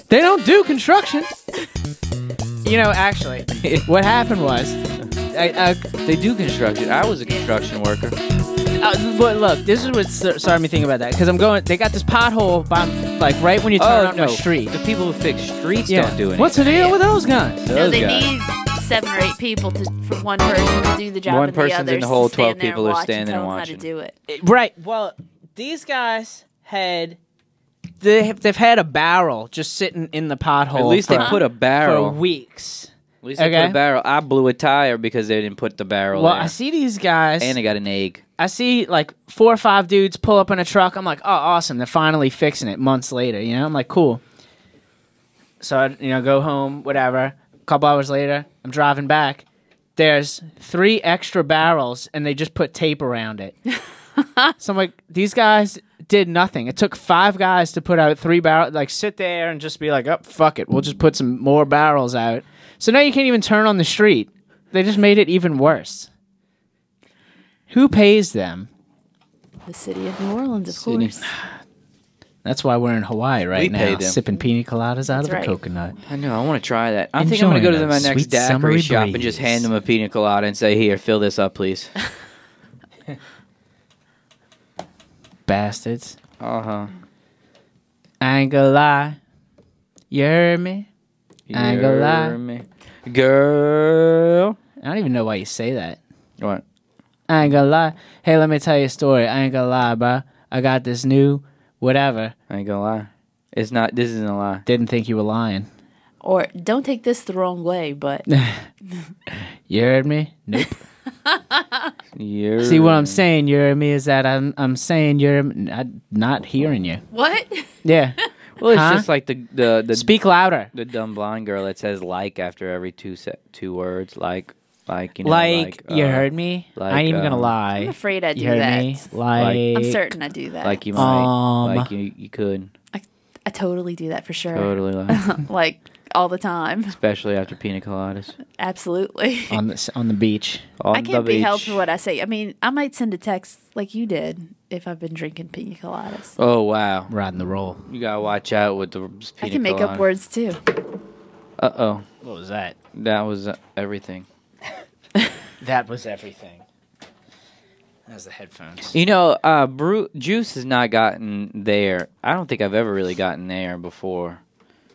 They don't do construction. You know, actually, what happened was, I, I, they do construction. I was a construction worker. uh, but look, this is what star- started me thinking about that because I'm going. They got this pothole, by, like right when you turn Oh, on no. the street. The people who fix streets Yeah. don't do anything. What's the deal with those guys? no, they need seven or eight people to for one person to do the job. One and person's the in others the whole to stand 12 there and people who's watch and standing tell and them watching. How to do it? Right. Well, these guys had they have, they've had a barrel just sitting in the pothole. At least they for- put a barrel. for weeks. At least they put a barrel. I blew a tire because they didn't put the barrel. Well, there. I see these guys. And they got an egg. I see like four or five dudes pull up in a truck. I'm like, oh, awesome! They're finally fixing it months later. You know, I'm like, cool. So I, you know, go home, whatever. A couple hours later, I'm driving back. There's three extra barrels, and they just put tape around it. so I'm like, these guys did nothing. It took five guys to put out three barrels. Like, sit there and just be like, oh, fuck it. We'll just put some more barrels out. So now you can't even turn on the street. They just made it even worse. Who pays them? The city of New Orleans, of course. That's why we're in Hawaii right We now, pay them. sipping pina coladas out That's of the right. coconut. I know. I want to try that. I think I'm gonna Enjoying go to a my next sweet summery daiquiri shop and breeze. just hand them a pina colada and say, "Here, fill this up, please." Bastards. Uh huh. I ain't gonna lie. You heard me? I ain't gonna lie. Girl. I don't even know why you say that. What? I ain't gonna lie. Hey, let me tell you a story. I ain't gonna lie, bro. I got this new whatever. I ain't gonna lie. It's not. This isn't a lie. Didn't think you were lying. Or don't take this the wrong way, but You heard me? Nope. you See what I'm saying? You heard me? Is that I'm I'm saying you're I'm not hearing you? what? Yeah. Well, it's Huh? just like the, the the speak louder. The dumb blonde girl that says like after every two se- two words, like like you know, like, like, you uh, heard me? like, I ain't even gonna um, lie. I'm afraid I You do heard that. me? Like, I'm certain I do that. Like you might, Um, like you you could I totally do that for sure. totally like, like all the time. especially after pina coladas Absolutely. on the on the beach. on I the can't beach. be held for what I say. I mean, I might send a text like you did if I've been drinking pina coladas. Oh wow, riding the roll. You gotta watch out with the pina I can make colada. up words too. Uh oh. What was that? That was uh, everything. That was everything. That was the headphones. You know, uh, Bru- Juice has not gotten there. I don't think I've ever really gotten there before.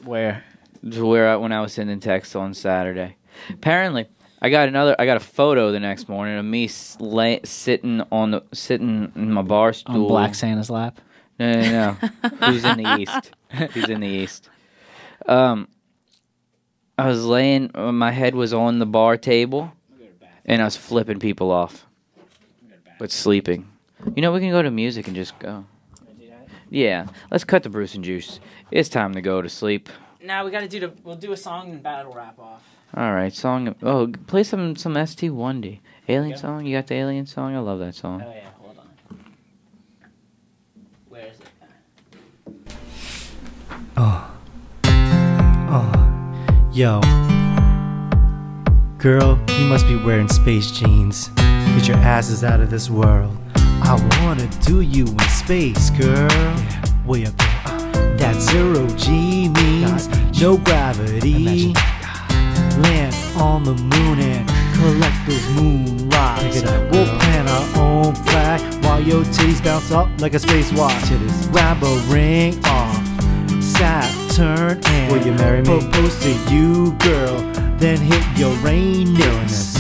Where? To where I, when I was sending texts on Saturday. Apparently, I got another. I got a photo the next morning of me s- lay, sitting on the sitting in my bar stool Black Santa's lap. No, no, no. Who's in the east? Who's in the east? Um, I was laying. uh, My head was on the bar table, and I was flipping people off, but sleeping. You know, we can go to music and just go. Yeah, let's cut the Bruce and Juice. It's time to go to sleep. Now we gotta do the. We'll do a song and battle rap off. All right, song. Oh, g- play some some ST1D. Alien song. You got the alien song. I love that song. Oh yeah, hold on. Where is it? Oh. Oh. Yo. Girl, you must be wearing space jeans. Get your asses out of this world. I wanna do you in space, girl. way up there. Uh, that zero G means no gravity. Land on the moon and collect those moon rocks. We'll plant our own flag while your titties bounce up like a spacewalk. Titties. Grab a ring off. Saturn and Will you marry me? propose to you, girl. Then hit Uranus.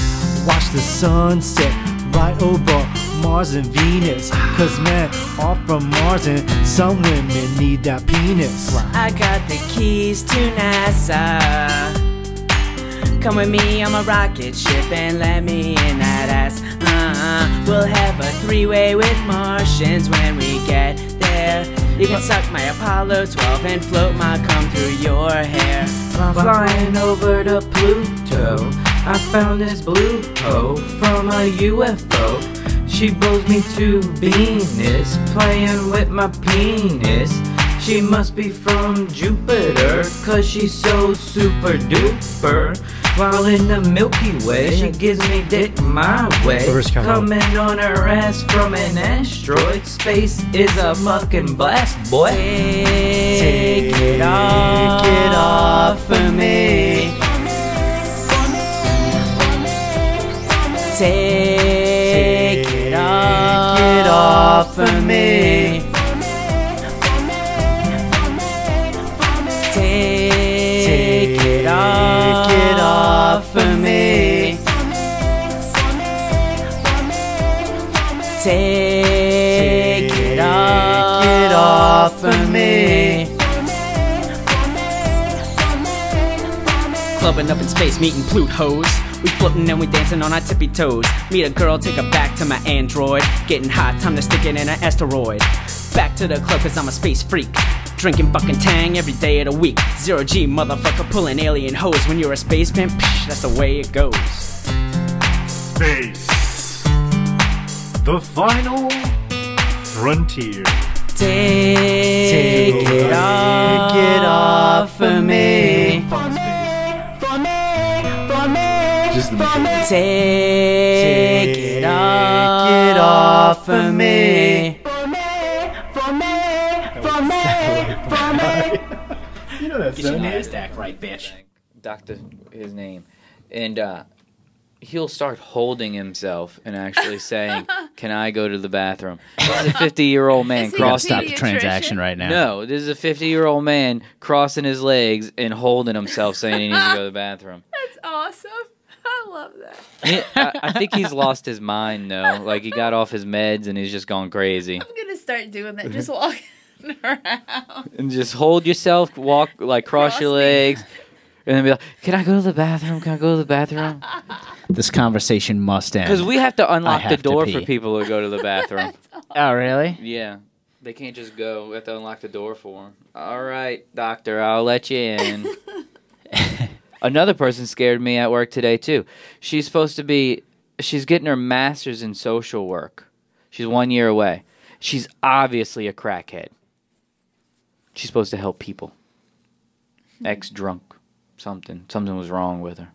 Watch the sunset right over Mars and Venus. Cause men are from Mars and some women need that penis. I got the keys to NASA. Come with me on my rocket ship and let me in that ass. Uh-uh. We'll have a three-way with Martians when we get there. You can suck my Apollo 12 and float my cum through your hair. I'm flying over to Pluto. I found this blue hoe from a UFO. She blows me to Venus, playing with my penis. She must be from Jupiter, cause she's so super duper. While in the Milky Way, she gives me dick my way. Reverse cowgirl. Coming on her ass from an asteroid. Space is a fucking blast, boy. Take, it off, it off for me. Take, it, off it off for me. Take it off, it off for me. Take it off, it off for me. Clubbing up in space, meeting Plute hoes. We floating and we dancing on our tippy toes. Meet a girl, take her back to my android. Getting hot, time to stick it in an asteroid. Back to the club, cause I'm a space freak. Drinking fucking tang every day of the week. Zero G motherfucker pulling alien hoes. When you're a spaceman, psh, that's the way it goes. Space. The final frontier. Take it off, it off for me. Take it off, it off for me. You know that's Get your so neat. Nasdaq right, bitch. Doctor, his name, and uh, he'll start holding himself and actually saying, "Can I go to the bathroom?" This is a fifty-year-old man Is he a crossing. Stop the transaction pediatrician? right now. No, this is a fifty-year-old man crossing his legs and holding himself, saying he needs to go to the bathroom. That's awesome. I love that. I, I think he's lost his mind though. Like he got off his meds and he's just gone crazy. I'm gonna start doing that. Just walking around. And just hold yourself, walk like cross, your legs, and then be like, "Can I go to the bathroom? Can I go to the bathroom?" This conversation must end. Because we have to unlock I the have to door for pee. people who go to the bathroom. Oh really? yeah. They can't just go. We have to unlock the door for them. All right, doctor, I'll let you in. Uh-huh. Another person scared me at work today, too. She's supposed to be, she's getting her master's in social work. She's one year away. She's obviously a crackhead. She's supposed to help people. Ex drunk. Something. Something was wrong with her.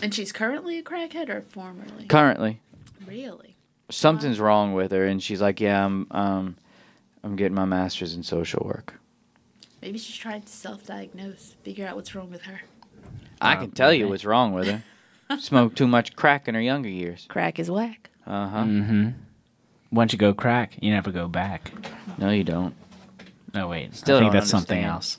And she's currently a crackhead or formerly? Currently. Really? something's wrong with her and she's like yeah i'm um i'm getting my master's in social work Maybe she's trying to self diagnose, figure out what's wrong with her. I Oh, can tell you what's wrong with her. Smoked too much crack in her younger years. Crack is whack. Uh huh. Mm-hmm. Once you go crack, you never go back. No, you don't. No, wait. Still I think don't that's something else.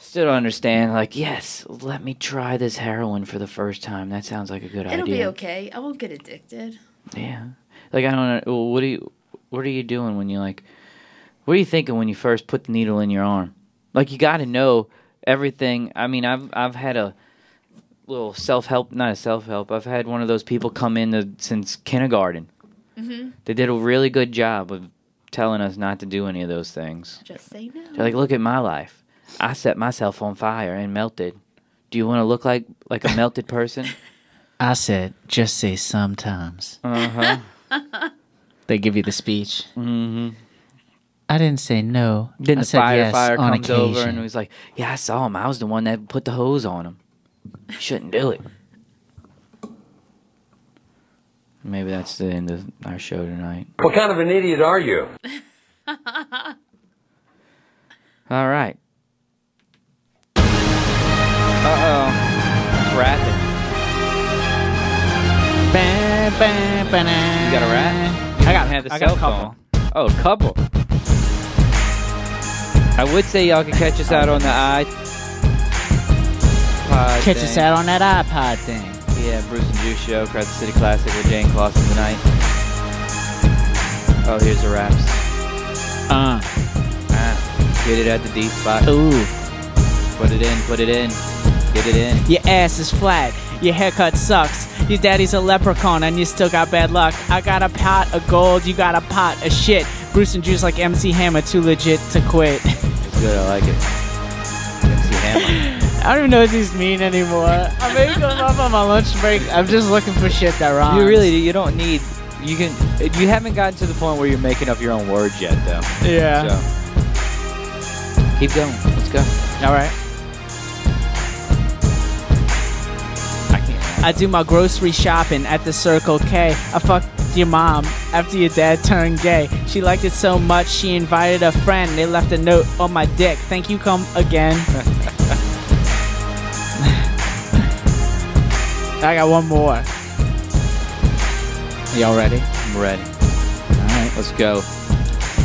Still don't understand. Like, yes, let me try this heroin for the first time. That sounds like a good It'll idea. be okay. I won't get addicted. Yeah. Like I don't know. What do you? What are you doing when you like? What are you thinking when you first put the needle in your arm? Like you got to know everything. I mean, I've I've had a little self help, not a self help. I've had one of those people come in to, since kindergarten. Mm-hmm. They did a really good job of telling us not to do any of those things. Just say no. They're like, look at my life. I set myself on fire and melted. Do you want to look like like a melted person? I said, just say sometimes. Uh huh. Uh-huh. They give you the speech. Mm-hmm. I didn't say no. Then I the said yes firefighter on comes over occasion. and he's like, "Yeah, I saw him. I was the one that put the hose on him. You shouldn't do it." Maybe that's the end of our show tonight. What kind of an idiot are you? All right. Uh oh. Rapping. You got a rat? I got- have the I got cell a couple. phone. Oh, a couple. I would say y'all can catch us out on the i. pod Catch us thing. out on that iPod thing. Yeah, Bruce and Juice Show, Crowd City Classic with Jane Clausen tonight. Oh, here's the raps. Uh. Ah, get it at the D spot. Ooh. Put it in, put it in. Get it in. Your ass is flat. Your haircut sucks. Your daddy's a leprechaun and you still got bad luck. I got a pot of gold, you got a pot of shit. Bruce and Juice like MC Hammer, too legit to quit. It's good, I like it. MC Hammer. I don't even know what these mean anymore. I may come up on my lunch break. I'm just looking for shit that rhymes. You really, you don't need. You can. You haven't gotten to the point where you're making up your own words yet, though. Yeah. So, keep going. Let's go. All right. I can't. I do my grocery shopping at the Circle K. I fucked your mom after your dad turned gay. She liked it so much she invited a friend. They left a note on my dick. Thank you, come again. I got one more. Y'all ready? I'm ready. All right. Let's go.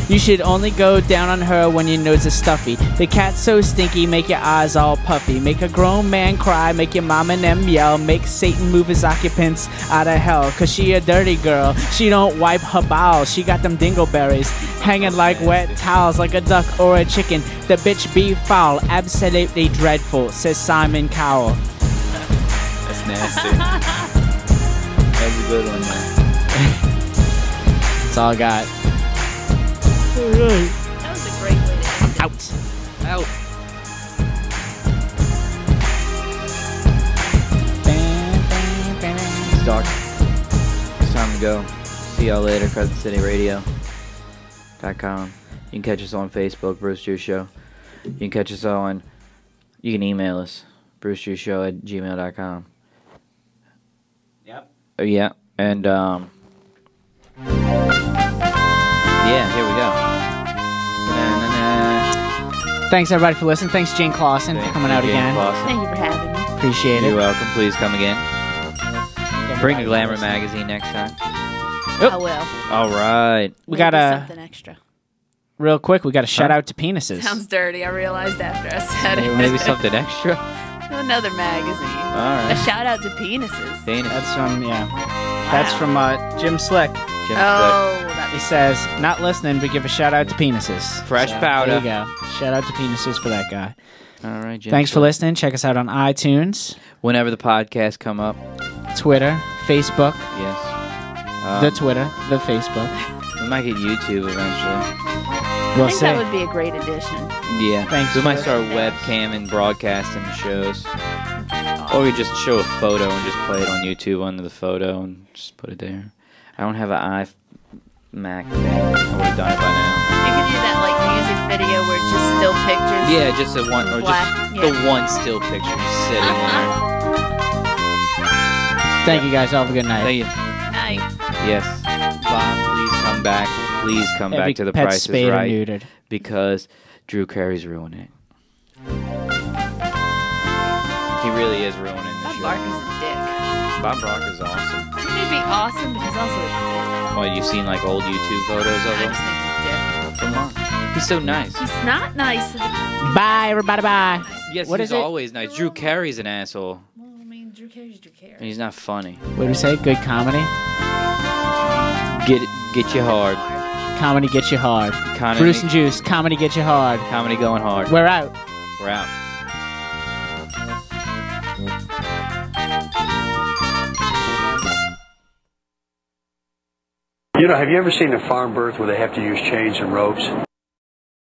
You should only go down on her when your nose is stuffy. The cat's so stinky, make your eyes all puffy. Make a grown man cry, make your mom and them yell. Make Satan move his occupants out of hell. Cause she a dirty girl, she don't wipe her bowels. She got them dingleberries hanging like wet towels, like a duck or a chicken. The bitch be foul, absolutely dreadful, says Simon Cowell. That's nasty. That's a good one, man. That's all I got. That was a great way to end it. Out. Out. It's dark. It's time to go. See y'all later, Crescent City Radio. .com. You can catch us on Facebook, Bruce Juice Show. You can catch us on, you can email us, brucejuiceshow at gmail.com. Yep. Uh, Yeah, and, um, yeah, here we go. Na-na-na. Thanks everybody for listening. Thanks Jane Clausen for Thank coming you, out Jane again. Clausen. Thank you for having me. Appreciate You're it. welcome. Please come again. Bring a Glamour magazine next time. Yep. I will. All right. We got Maybe a something extra. real quick. We got a shout out to penises. Sounds dirty. I realized after I said it. Maybe something extra. Another magazine. All right. A shout out to penises. Dana. That's from yeah. That's from uh, Jim Slick. Jim oh, He says, "Not listening, but give a shout out to penises." Fresh So, powder. There you go. Shout out to penises for that guy. Flick. All right, Jim. Thanks for Flick. listening. Check us out on iTunes, Whenever the podcast come up, Twitter, Facebook, yes. the Um, Twitter, the Facebook. we might get YouTube eventually. I We'll think see. that would be a great addition. Yeah. Thanks We might for start webcam and broadcasting shows, or we just show a photo and just play it on YouTube under the photo and just put it there. I don't have an iMac thing. I would have done it by now. You could do that like music video where it's just still pictures. Yeah, just a one or Black, just yeah. the one still picture just sitting there. Thank you guys. Have a good night. Thank you. Nice. Yes, Bob, please come back. Please come Every back to the pet Price spayed is or Right neutered. because Drew Carey's ruining it. He really is ruining the Bob show. Barker's a dick. Bob Brock is awesome. He may be awesome, but he's also a Well, you've seen like old YouTube photos of him. Come on, he's so nice. dick. He's not nice. to the- Bye, everybody. Bye. Yes, What he's is it? always nice. Drew Carey's an asshole, Well, I mean, Drew Carey's Drew Carey. and he's not funny. What do you say? Good comedy. Get get you hard. Comedy gets you hard. Comedy- Bruce and Juice. Comedy gets you hard. Comedy going hard. We're out. We're out. You know, have you ever seen a farm birth where they have to use chains and ropes?